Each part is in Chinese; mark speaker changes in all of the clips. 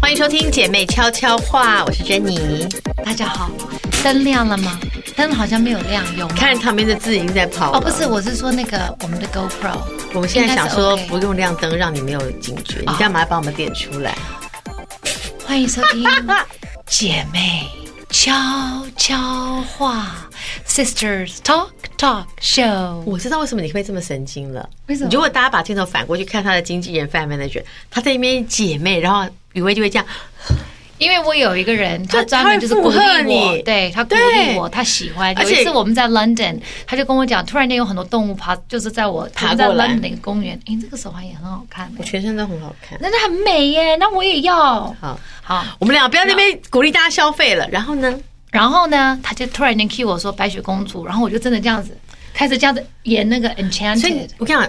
Speaker 1: 欢迎收听《姐妹悄悄话》，我是珍妮。
Speaker 2: 大家好，灯亮了吗？灯好像没有亮，有吗？
Speaker 1: 看旁边的字已经在跑了。
Speaker 2: 哦，不是，我是说那个我们的 GoPro。
Speaker 1: 我们现在想说
Speaker 2: 应该是 OK
Speaker 1: 不用亮灯，让你没有警觉。你干嘛把我们点出 来？
Speaker 2: 欢迎收听姐妹悄悄话，Sisters Talk Talk Show。
Speaker 1: 我知道为什么你会这么神经了。
Speaker 2: 为什么
Speaker 1: 如果大家把镜头反过去看他的经纪人范范的卷，他在那边姐妹，然后雨薇就会这样。
Speaker 2: 因为我有一个人，
Speaker 1: 就
Speaker 2: 他专门就是
Speaker 1: 他会
Speaker 2: 鼓
Speaker 1: 附
Speaker 2: 励
Speaker 1: 和
Speaker 2: 我
Speaker 1: 你，
Speaker 2: 对他鼓
Speaker 1: 对
Speaker 2: 励我，他喜欢。
Speaker 1: 而
Speaker 2: 有
Speaker 1: 且
Speaker 2: 一次我们在 London，他就跟我讲，突然间有很多动物爬，就是在我
Speaker 1: 爬
Speaker 2: 我们在
Speaker 1: 过来
Speaker 2: London 的一个公园，诶，这个手环也很好看、
Speaker 1: 我全身都很好看。
Speaker 2: 真的很美耶，那我也要。
Speaker 1: 好，
Speaker 2: 好，
Speaker 1: 我们俩不要那边鼓励大家消费了。然后呢？
Speaker 2: 然后呢，他就突然间 cue 我说白雪公主，然后我就真的这样子开始这样子演那个
Speaker 1: 所以
Speaker 2: Enchanted。
Speaker 1: 我跟你讲。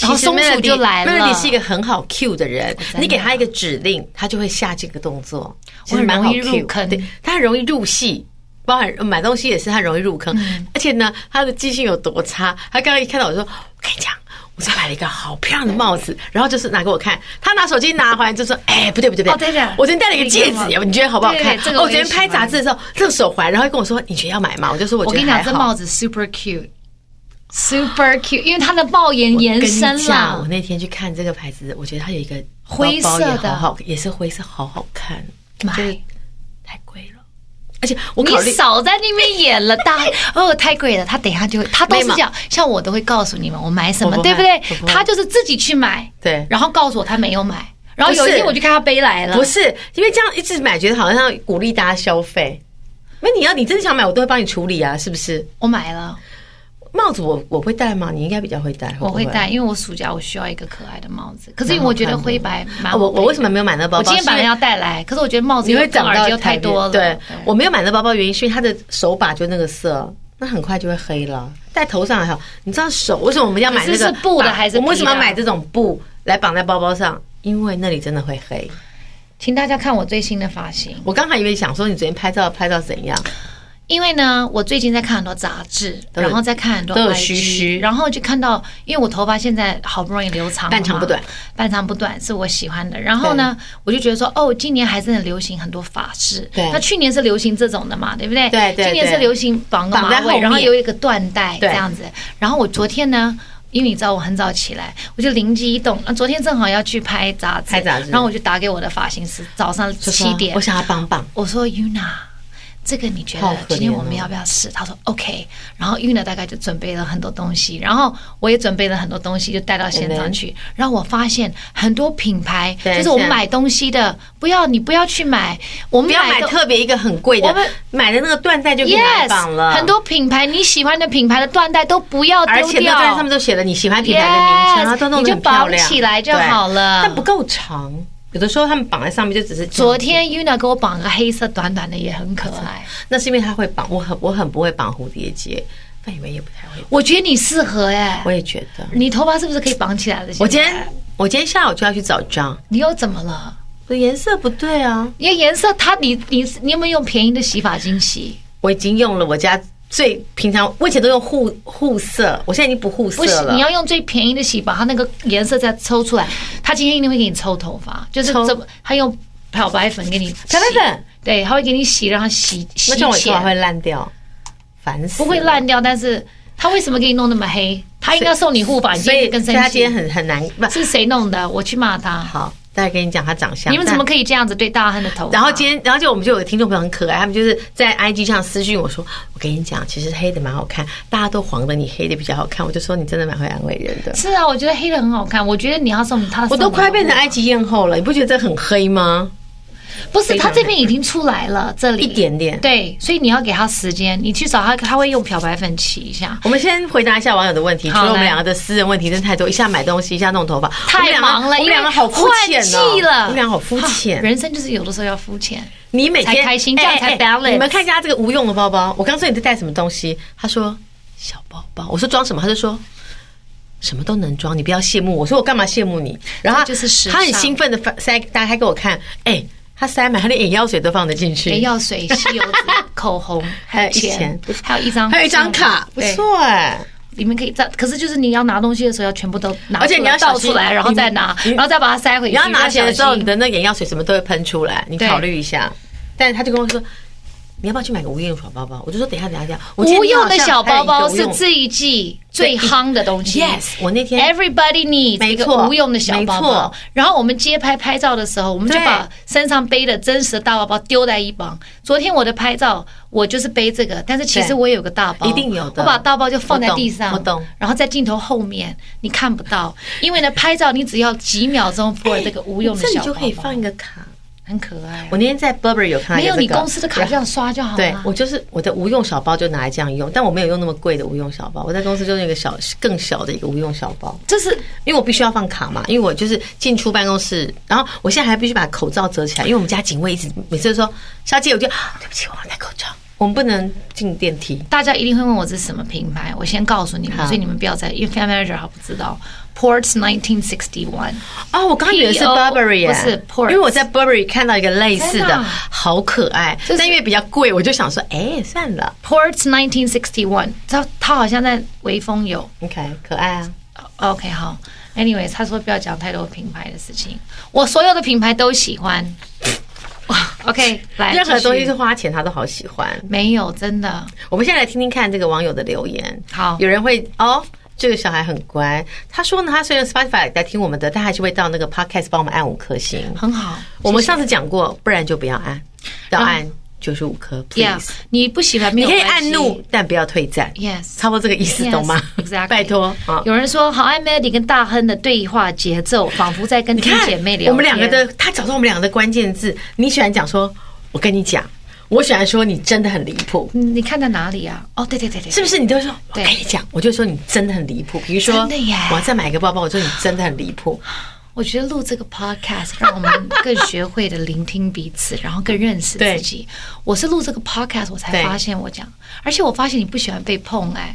Speaker 2: 然后
Speaker 1: 其实
Speaker 2: 松鼠
Speaker 1: Melody-
Speaker 2: 就来了哦
Speaker 1: Melody 是一个很好 Q 的人
Speaker 2: 真，的
Speaker 1: 你给他一个指令，他就会下这个动作，其实
Speaker 2: 我很
Speaker 1: 蛮
Speaker 2: 容
Speaker 1: 好
Speaker 2: 易
Speaker 1: Q
Speaker 2: 入。坑
Speaker 1: 对，他很容易入戏，包含呃买东西也是他容易入坑，
Speaker 2: 嗯
Speaker 1: 而且呢，他的记性有多差？他刚刚一看到我说，我跟你讲，我才买了一个好漂亮的帽子，然后就是拿给我看，他拿手机拿回来就说，哎，不对不对不对，
Speaker 2: 哦对的
Speaker 1: 我昨天戴了一个戒
Speaker 2: 那
Speaker 1: 指，
Speaker 2: 个
Speaker 1: 你觉得好不好看
Speaker 2: 对对？这个
Speaker 1: 哦
Speaker 2: 我
Speaker 1: 我昨天
Speaker 2: 也喜
Speaker 1: 拍
Speaker 2: 欢
Speaker 1: 杂志的时候，这个手环，然后跟我说，你觉得要买吗？我就说我
Speaker 2: 我
Speaker 1: 觉得
Speaker 2: 跟你
Speaker 1: 还好。
Speaker 2: 讲，这帽子 super cute，super cute，因为它的帽檐延伸
Speaker 1: 跟你讲，我
Speaker 2: 了。
Speaker 1: 那天去看这个牌子，我觉得它有一个
Speaker 2: 灰色
Speaker 1: 包
Speaker 2: 的
Speaker 1: 包也好好，也是灰色，好好看，
Speaker 2: 买
Speaker 1: 就是太贵了。而且我考虑
Speaker 2: 你，少在那边演了，大 哦太贵了，他等一下就会，他都是
Speaker 1: 没嘛
Speaker 2: 这样，像我都会告诉你们我买什
Speaker 1: 我
Speaker 2: 么，
Speaker 1: 不
Speaker 2: 对不
Speaker 1: 会
Speaker 2: 对
Speaker 1: 我不？会
Speaker 2: 他就是自己去买，
Speaker 1: 对
Speaker 2: 然后告诉我他没有买，然后有一
Speaker 1: 不是
Speaker 2: 天我就看他背来了，
Speaker 1: 不是因为这样一直买，觉得好像鼓励大家消费。那你要你真的想买，我都会帮你处理啊，是不是？
Speaker 2: 我买了，
Speaker 1: 帽子我我会戴吗？你应该比较会戴，会不
Speaker 2: 我会戴，。因为我暑假我需要一个可爱的帽子，可是因为我觉得灰白蛮
Speaker 1: 啊我我为什
Speaker 2: 么？
Speaker 1: 么没有买那个包包？
Speaker 2: 我今天本来
Speaker 1: 是因为
Speaker 2: 要带来，可是我觉得帽子
Speaker 1: 你会
Speaker 2: 长
Speaker 1: 长
Speaker 2: 耳
Speaker 1: 到
Speaker 2: 机又太多了。
Speaker 1: 对，我没有买那包包，原因是因为它的手把就那个色，那很快就会黑了。戴头上还好，你知道手为什么我们要买那个
Speaker 2: 可是是布的
Speaker 1: 绑
Speaker 2: 还是
Speaker 1: 我们为什么要
Speaker 2: 皮的啊
Speaker 1: 买这种布来绑在包包上？因为那里真的会黑。
Speaker 2: 请大家看我最新的发型，
Speaker 1: 我刚还以为想说你昨天拍照拍到怎样，
Speaker 2: 因为呢，我最近在看很多杂志，
Speaker 1: 都有
Speaker 2: 然后再看很多
Speaker 1: 都有
Speaker 2: IG,
Speaker 1: 须须
Speaker 2: 然后就看到，因为我头发现在好不容易留长了嘛，
Speaker 1: 半长不短
Speaker 2: 半长不短是我喜欢的。然后呢，我就觉得说，哦，今年还真的流行很多发饰，
Speaker 1: 对
Speaker 2: 那去年是流行这种的嘛，对不对？
Speaker 1: 对对
Speaker 2: 今年
Speaker 1: 对
Speaker 2: 是流行绑个
Speaker 1: 绑在
Speaker 2: 马
Speaker 1: 后
Speaker 2: 尾，
Speaker 1: 面
Speaker 2: 然后有一个缎带这
Speaker 1: 对
Speaker 2: 样子。然后我昨天呢。因为你知道我很早起来，我就灵机一动。那昨天正好要去拍杂志，
Speaker 1: 拍杂志
Speaker 2: 然后我就打给我的发型师，早上
Speaker 1: 就说
Speaker 2: 七点
Speaker 1: 我，想要绑绑，
Speaker 2: 我说 Yuna，这个你觉
Speaker 1: 好
Speaker 2: 得
Speaker 1: 可怜
Speaker 2: 今天我
Speaker 1: 哦
Speaker 2: 们要不要试？他说 OK，然后 Yuna 大概就准备了很多东西，然后我也准备了很多东西，就带到现
Speaker 1: And then？
Speaker 2: 场去。然后我发现很多品牌，
Speaker 1: 对
Speaker 2: 就是我
Speaker 1: 现
Speaker 2: 们
Speaker 1: 在
Speaker 2: 买东西的，不要你不要去买，我们
Speaker 1: 不要买
Speaker 2: 的
Speaker 1: 特别一个很贵的
Speaker 2: 我们，
Speaker 1: 买的那个缎带就可以拿来绑了
Speaker 2: Yes，很。多品牌你喜欢的品牌的缎带都不要
Speaker 1: 而
Speaker 2: 丢
Speaker 1: 且那缎带
Speaker 2: 掉
Speaker 1: 上面。都写了你喜欢品牌的名称，
Speaker 2: Yes，
Speaker 1: 然后都弄得
Speaker 2: 你就
Speaker 1: 很漂亮，
Speaker 2: 绑起来就
Speaker 1: 对
Speaker 2: 好了
Speaker 1: 但不够长，有的时候他们绑在上面就只是
Speaker 2: 昨天 Yuna 给我绑个黑色短短的，也很可爱。
Speaker 1: 那是因为他会绑，我很我很不会绑蝴蝶结，范以为也不太会，
Speaker 2: 我觉得你适合哎、
Speaker 1: 我也觉得。
Speaker 2: 你头发是不是可以绑起来了？
Speaker 1: 我今
Speaker 2: 现在
Speaker 1: 天我今天下午就要去找张，
Speaker 2: 你又怎么了？
Speaker 1: 我的颜色不对啊，
Speaker 2: 因为颜色它你你你有没有用便宜的洗发精洗？
Speaker 1: 我已经用了我家最平常，我以前都用护护色，我现在已经不护色
Speaker 2: 不行，
Speaker 1: 了。
Speaker 2: 你要用最便宜的洗，把它那个颜色再抽出来。它今天一定会给你抽头发，就是
Speaker 1: 抽
Speaker 2: 怎么它用漂白粉给你洗
Speaker 1: 漂白粉，
Speaker 2: 对，它会给你洗，让它洗洗
Speaker 1: 那这样我头发
Speaker 2: 浅，
Speaker 1: 会烂掉，烦死。
Speaker 2: 不会，烂掉。但是它为什么给你弄那么黑？它应该送你护发，你
Speaker 1: 所
Speaker 2: 今
Speaker 1: 以
Speaker 2: 天更
Speaker 1: 所以他
Speaker 2: 生
Speaker 1: 今天
Speaker 2: 气。
Speaker 1: 很很难。不
Speaker 2: 是谁弄的？我去骂他。
Speaker 1: 好，再跟你讲他长相。
Speaker 2: 你们怎
Speaker 1: 但
Speaker 2: 么可以这样子对大汉的头发？
Speaker 1: 然后今天，然后就我们就有听众朋友很可爱，他们就是在 IG 上私信我说：“我跟你讲，其实黑的蛮好看，大家都黄的，你黑的比较好看。”我就说你真的蛮会安慰人的，
Speaker 2: 是啊，我觉得黑的很好看。我觉得你要送他，
Speaker 1: 我都快变成哎
Speaker 2: 爱。
Speaker 1: 埃及艳后了，你不觉得这很黑吗？
Speaker 2: 不是，
Speaker 1: 非常
Speaker 2: 他这边已经出来了，这里
Speaker 1: 一点点
Speaker 2: 对，所以你要给他时间，你去找他，他会用漂白粉洗一下。
Speaker 1: 我们先回答一下网友的问题，除
Speaker 2: 好
Speaker 1: 了我们
Speaker 2: 来
Speaker 1: 两个的私人问题真的太多，一下买东西，一下弄头发，我
Speaker 2: 太
Speaker 1: 们两个
Speaker 2: 忙了，
Speaker 1: 我们两个好肤浅
Speaker 2: 因为换
Speaker 1: 哦
Speaker 2: 季，了，
Speaker 1: 我们两个好肤
Speaker 2: 啊
Speaker 1: 浅。哦
Speaker 2: 人生就是有的时候要肤浅。
Speaker 1: 你每天
Speaker 2: 才开心
Speaker 1: 哎
Speaker 2: 这样才
Speaker 1: 哎哎
Speaker 2: balance
Speaker 1: 你们看一下这个无用的包包，我刚说你在带什么东西，他说小包包，我说装什么，他就说。什么都能装，你不要羡慕我。我说我干嘛羡慕你？然后他
Speaker 2: 这就是时尚
Speaker 1: 他很兴奋的塞，大家给我看，哎，他塞满，他连眼药水都放得进去，
Speaker 2: 眼药水、吸油纸、口红，
Speaker 1: 还有一
Speaker 2: 钱
Speaker 1: 钱，
Speaker 2: 还有一张，
Speaker 1: 还有一张卡，不
Speaker 2: 对。
Speaker 1: 错哎。
Speaker 2: 里面可以再，可是就是你要拿东西的时候要全部都拿出来，
Speaker 1: 而且你要小
Speaker 2: 倒
Speaker 1: 心
Speaker 2: 出来，然后再拿，
Speaker 1: 你
Speaker 2: 然后再把它塞回去。
Speaker 1: 你要拿钱的时候，
Speaker 2: 要小
Speaker 1: 你
Speaker 2: 心
Speaker 1: 的那眼药水什么都会喷出来，你
Speaker 2: 对
Speaker 1: 考虑一下。但是他就跟我说，你要不要去买个无用的小包包？我就说等一下，等一下，等一下。我记得
Speaker 2: 无
Speaker 1: 你好
Speaker 2: 用的
Speaker 1: 像哎
Speaker 2: 小
Speaker 1: 还有
Speaker 2: 包
Speaker 1: 一
Speaker 2: 包
Speaker 1: 个
Speaker 2: 是
Speaker 1: 无用
Speaker 2: 这一季最夯的东西。
Speaker 1: Yes，我那天
Speaker 2: Everybody needs
Speaker 1: 没
Speaker 2: 一个
Speaker 1: 错
Speaker 2: 无用的小包
Speaker 1: 没
Speaker 2: 包
Speaker 1: 错，
Speaker 2: 然后我们街拍拍照的时候，我们就
Speaker 1: 对
Speaker 2: 把身上背的真实的大包包丢在一旁。昨天我的拍照，我就是背这个，但是其实
Speaker 1: 对
Speaker 2: 我有个大包，
Speaker 1: 一定有的
Speaker 2: 我把大包就放在地上，
Speaker 1: 我懂我懂
Speaker 2: 然后在镜头后面你看不到，因为呢拍照你只要几 秒钟 for 这个无用的
Speaker 1: 哎这里
Speaker 2: 小
Speaker 1: 就
Speaker 2: 包
Speaker 1: 可以
Speaker 2: 包
Speaker 1: 放，一个卡。
Speaker 2: 很可爱
Speaker 1: 我。那天在 Burberry 有看到
Speaker 2: 没有
Speaker 1: 这
Speaker 2: 你
Speaker 1: 个
Speaker 2: 公司的卡这样刷就好
Speaker 1: 对
Speaker 2: 了
Speaker 1: 我。就是我的无用小包就拿来这样用，但我没有用那么贵的无用小包。我在公司就是一个小更小的一个无用小包，
Speaker 2: 这是
Speaker 1: 因为我必须要放卡嘛，因为我就是进出办公室，然后我现在还必须把口罩折起来，因为我们家警卫一直每次都说小姐，我就、啊对不起，我忘了戴口罩，我们不能进电梯。
Speaker 2: 大家一定会问我这是什么品牌，我先告诉你们，
Speaker 1: 好
Speaker 2: 所以你们不要再，因为 Fan Manager 还不知道。Ports 1961，
Speaker 1: 哦，我刚刚以为是
Speaker 2: PO
Speaker 1: Burberry，耶
Speaker 2: 不是 Ports
Speaker 1: 因为我在 Burberry 看到一个类似
Speaker 2: 真的
Speaker 1: 的
Speaker 2: 啊，
Speaker 1: 好可爱，
Speaker 2: 这是
Speaker 1: 但因为比较贵，我就想说，哎，算了
Speaker 2: Ports 1961，它它好像在微风有。
Speaker 1: ，OK，可爱啊。
Speaker 2: OK，好。Anyways，他说不要讲太多品牌的事情，我所有的品牌都喜欢。 哇 OK，来，
Speaker 1: 任何
Speaker 2: 哎继续
Speaker 1: 东西是花钱，他都好喜欢。
Speaker 2: 没有真的。
Speaker 1: 我们现在来听听看这个网友的留言。
Speaker 2: 好
Speaker 1: 有人会哦，这个小孩很乖。他说呢，他虽然 Spotify 来听我们的，但还是会到那个 Podcast 帮我们按五颗星。
Speaker 2: 很好。嗯
Speaker 1: 我们上次讲过，不然就不要按，要按九十五颗
Speaker 2: Yeah，
Speaker 1: ，please。
Speaker 2: 你不喜欢
Speaker 1: 你
Speaker 2: 没有
Speaker 1: 可以
Speaker 2: 关系
Speaker 1: 按怒，但不要退赞。
Speaker 2: Yes
Speaker 1: 差不多这个意思，懂吗
Speaker 2: Yes，exactly
Speaker 1: 拜托啊！
Speaker 2: 有人说，好爱 Melody 跟大亨的对话节奏，仿佛在跟
Speaker 1: 你
Speaker 2: 弟
Speaker 1: 看
Speaker 2: 姐妹聊天。
Speaker 1: 我们两个的，他找到我们两个的关键字。你喜欢讲说，我跟你讲，我喜欢说你真的很离谱，
Speaker 2: 嗯，你看在哪里啊？哦，对对对对，
Speaker 1: 是不是？你都会说，我
Speaker 2: 对
Speaker 1: 跟你讲，我就说你真的很离谱。比如说，
Speaker 2: 真的耶
Speaker 1: 我要再买一个包包，我说你真的很离谱。
Speaker 2: 我觉得录这个 podcast 让我们更学会的聆听彼此，然后更认识自己。我是录这个 podcast 我才
Speaker 1: 对
Speaker 2: 发现我讲，而且我发现你不喜欢被碰哎、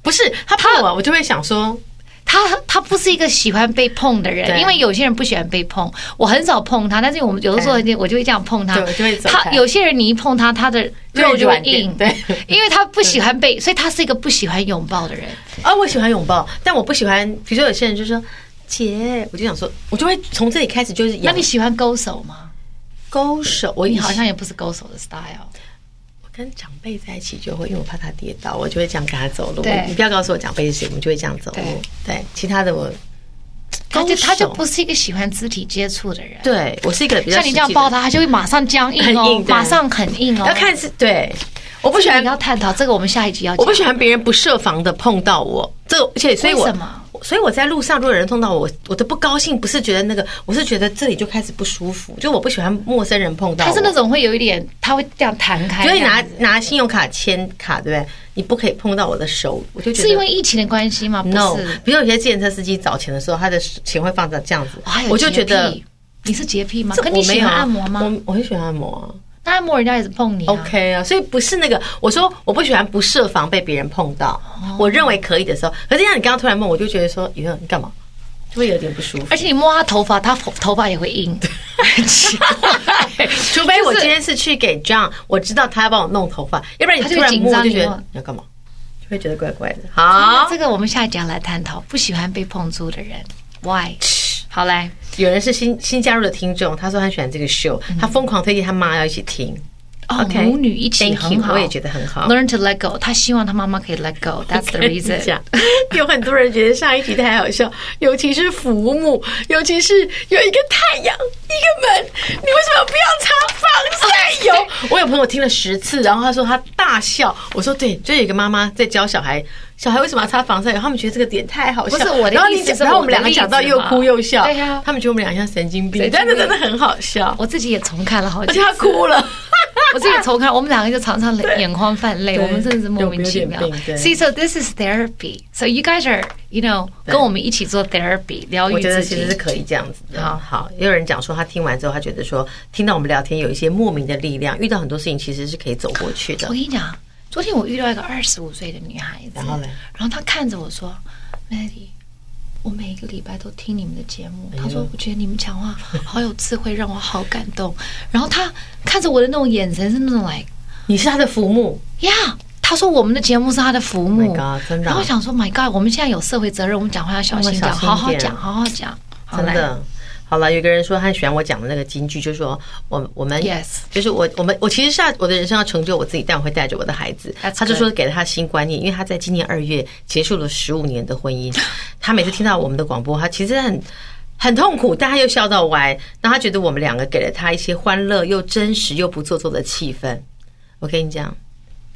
Speaker 1: 不是他怕我，我就会想说，
Speaker 2: 他他不是一个喜欢被碰的人，
Speaker 1: 对
Speaker 2: 因为有些人不喜欢被碰。我很少碰他，但是我们有的时候我就会这样碰他
Speaker 1: 对我就会。走开
Speaker 2: 他有些人你一碰他，他的肉就会
Speaker 1: 软
Speaker 2: 硬，
Speaker 1: 硬对
Speaker 2: 因为他不喜欢被，所以他是一个不喜欢拥抱的人。
Speaker 1: 啊，我喜欢拥抱，但我不喜欢。比如说有些人就说姐，我就想说，我就会从这里开始就是
Speaker 2: 那
Speaker 1: 养
Speaker 2: 你喜欢勾手吗？
Speaker 1: 勾手。我
Speaker 2: 你
Speaker 1: 以
Speaker 2: 好
Speaker 1: 前
Speaker 2: 像也不是勾手的 style。
Speaker 1: 我跟长辈在一起就会，因为我怕他跌倒，我就会这样跟他走路。
Speaker 2: 对
Speaker 1: 你不要告诉我长辈是谁，我们就会这样走路。对，其他的我
Speaker 2: 他就
Speaker 1: 勾手
Speaker 2: 他就不是一个喜欢肢体接触的人。
Speaker 1: 对我是一个比较
Speaker 2: 像你这样抱
Speaker 1: 他，
Speaker 2: 他，他就会马上僵硬哦，
Speaker 1: 很硬对
Speaker 2: 马上很硬哦。
Speaker 1: 要看是对，我不
Speaker 2: 这
Speaker 1: 喜
Speaker 2: 个
Speaker 1: 欢
Speaker 2: 你要探讨这个，我们下一集要讲。
Speaker 1: 我不喜欢别人不设防的碰到我，这个而且所以我
Speaker 2: 为什么
Speaker 1: 所以我在路上如果有人碰到我，我的不高兴不是觉得那个，我是觉得这里就开始不舒服，就我不喜欢陌生人碰到我。
Speaker 2: 他是那种会有一点，他会这样弹开，
Speaker 1: 所以
Speaker 2: 这
Speaker 1: 拿
Speaker 2: 样子
Speaker 1: 拿信用卡签卡，对不对？你不可以碰到我的手，我就觉得
Speaker 2: 是因为疫情的关系吗？不
Speaker 1: no
Speaker 2: 是，。
Speaker 1: 比如有些计程车司机找钱的时候，他的钱会放在这样子
Speaker 2: 哦还，有
Speaker 1: 我就觉
Speaker 2: 洁
Speaker 1: 得
Speaker 2: 癖你是洁癖吗？
Speaker 1: 这
Speaker 2: 可你
Speaker 1: 我没
Speaker 2: 喜
Speaker 1: 有
Speaker 2: 欢
Speaker 1: 啊
Speaker 2: 按摩吗？
Speaker 1: 我我很喜欢按摩啊。
Speaker 2: 那按摩人家也是碰你啊。
Speaker 1: OK 啊，所以不是那个，我说我不喜欢不设防被别人碰到，
Speaker 2: 哦
Speaker 1: 我认为可以的时候，可是像你刚刚突然问，我就觉得说，雨你干嘛？就会有点不舒 服。
Speaker 2: 而且你摸他头发，他头头发也会硬，很奇怪。
Speaker 1: 除非我今天是去给 John，我知道他要帮我弄头发，要不然你
Speaker 2: 他就
Speaker 1: 突然
Speaker 2: 紧
Speaker 1: 摸
Speaker 2: 张
Speaker 1: 我就觉
Speaker 2: 你
Speaker 1: 得
Speaker 2: 弄
Speaker 1: 你要干嘛，就会觉得怪怪的。 好，
Speaker 2: 这个我们下一集要来探讨，不喜欢被碰触的人，why？好来，
Speaker 1: 有人是新新加入的听众，他说他很喜欢这个秀，
Speaker 2: 嗯
Speaker 1: 他疯狂推荐他妈要一起听。
Speaker 2: 哦
Speaker 1: OK，
Speaker 2: 母女一起
Speaker 1: Thank
Speaker 2: 很
Speaker 1: you，
Speaker 2: 好，
Speaker 1: 我也觉得很好
Speaker 2: Learn to let go，她希望她妈妈可以 let go。That's the
Speaker 1: 跟你
Speaker 2: reason
Speaker 1: 讲。 有很多人觉得上一集太好笑，尤其是浮木，尤其是有一个太阳，一个门，你为什么不要擦防晒油？ 我有朋友听了十次，然后他说他大笑。我说对，就有一个妈妈在教小孩，小孩为什么要擦防晒油？他们觉得这个点太好笑。
Speaker 2: 不是我的
Speaker 1: 然后你
Speaker 2: 意思
Speaker 1: 讲
Speaker 2: 是
Speaker 1: 然后
Speaker 2: 我
Speaker 1: 我们
Speaker 2: 的
Speaker 1: 两个
Speaker 2: 例
Speaker 1: 讲
Speaker 2: 子
Speaker 1: 到又
Speaker 2: 嘛
Speaker 1: 哭又笑，
Speaker 2: 对呀
Speaker 1: 他们觉得我们俩像神经病，
Speaker 2: 神经
Speaker 1: 但是真的
Speaker 2: 病
Speaker 1: 很好笑，
Speaker 2: 我自己也重看了好
Speaker 1: 而
Speaker 2: 几
Speaker 1: 且他
Speaker 2: 次，
Speaker 1: 哭了。
Speaker 2: 我自己重看，我们两个就常常眼眶泛泪，
Speaker 1: 对
Speaker 2: 我们真的是莫名其妙
Speaker 1: 有有点病。对
Speaker 2: See, so this is therapy. So you guys are, you know，跟我们一起做 therapy 疗
Speaker 1: 我
Speaker 2: 愈
Speaker 1: 觉得
Speaker 2: 自
Speaker 1: 其实是
Speaker 2: 己。
Speaker 1: 可以这样子的。好好，也有人讲说他听完之后，他觉得说听到我们聊天有一些莫名的力量，遇到很多事情其实是可以走过去
Speaker 2: 我
Speaker 1: 的
Speaker 2: 跟。你讲，昨天我遇到一个二十五岁的女孩子，
Speaker 1: 然后嘞
Speaker 2: 然后她看着我说，Melody。我每一个礼拜都听你们的节
Speaker 1: 哎
Speaker 2: 目，她说我觉得你们讲话好有智慧，让我好感动。然后她看着我的那种眼神是那种 like，
Speaker 1: 你是他的浮木，
Speaker 2: 呀，他他说我们的节目是他的浮木
Speaker 1: Oh my god，真的啊
Speaker 2: 然后我想说，My God，我们现在有社会责任，我们讲话要小心
Speaker 1: 我
Speaker 2: 讲，
Speaker 1: 们小心一
Speaker 2: 好好
Speaker 1: 点
Speaker 2: 讲，好好讲，好
Speaker 1: 真。
Speaker 2: 来
Speaker 1: 的。好了，有个人说他喜欢我讲的那个金句，就是说我我们
Speaker 2: Yes
Speaker 1: 就是我我们我其实是要我的人生要成就我自己，但我会带着我的孩子。
Speaker 2: That's
Speaker 1: 他就说给了他新观念，因为他在今年二月结束了十五年的婚姻，他每次听到我们的广播，他其实很。很痛苦，但他又笑到歪。那他觉得我们两个给了他一些欢乐又真实又不做作的气氛。我跟你讲，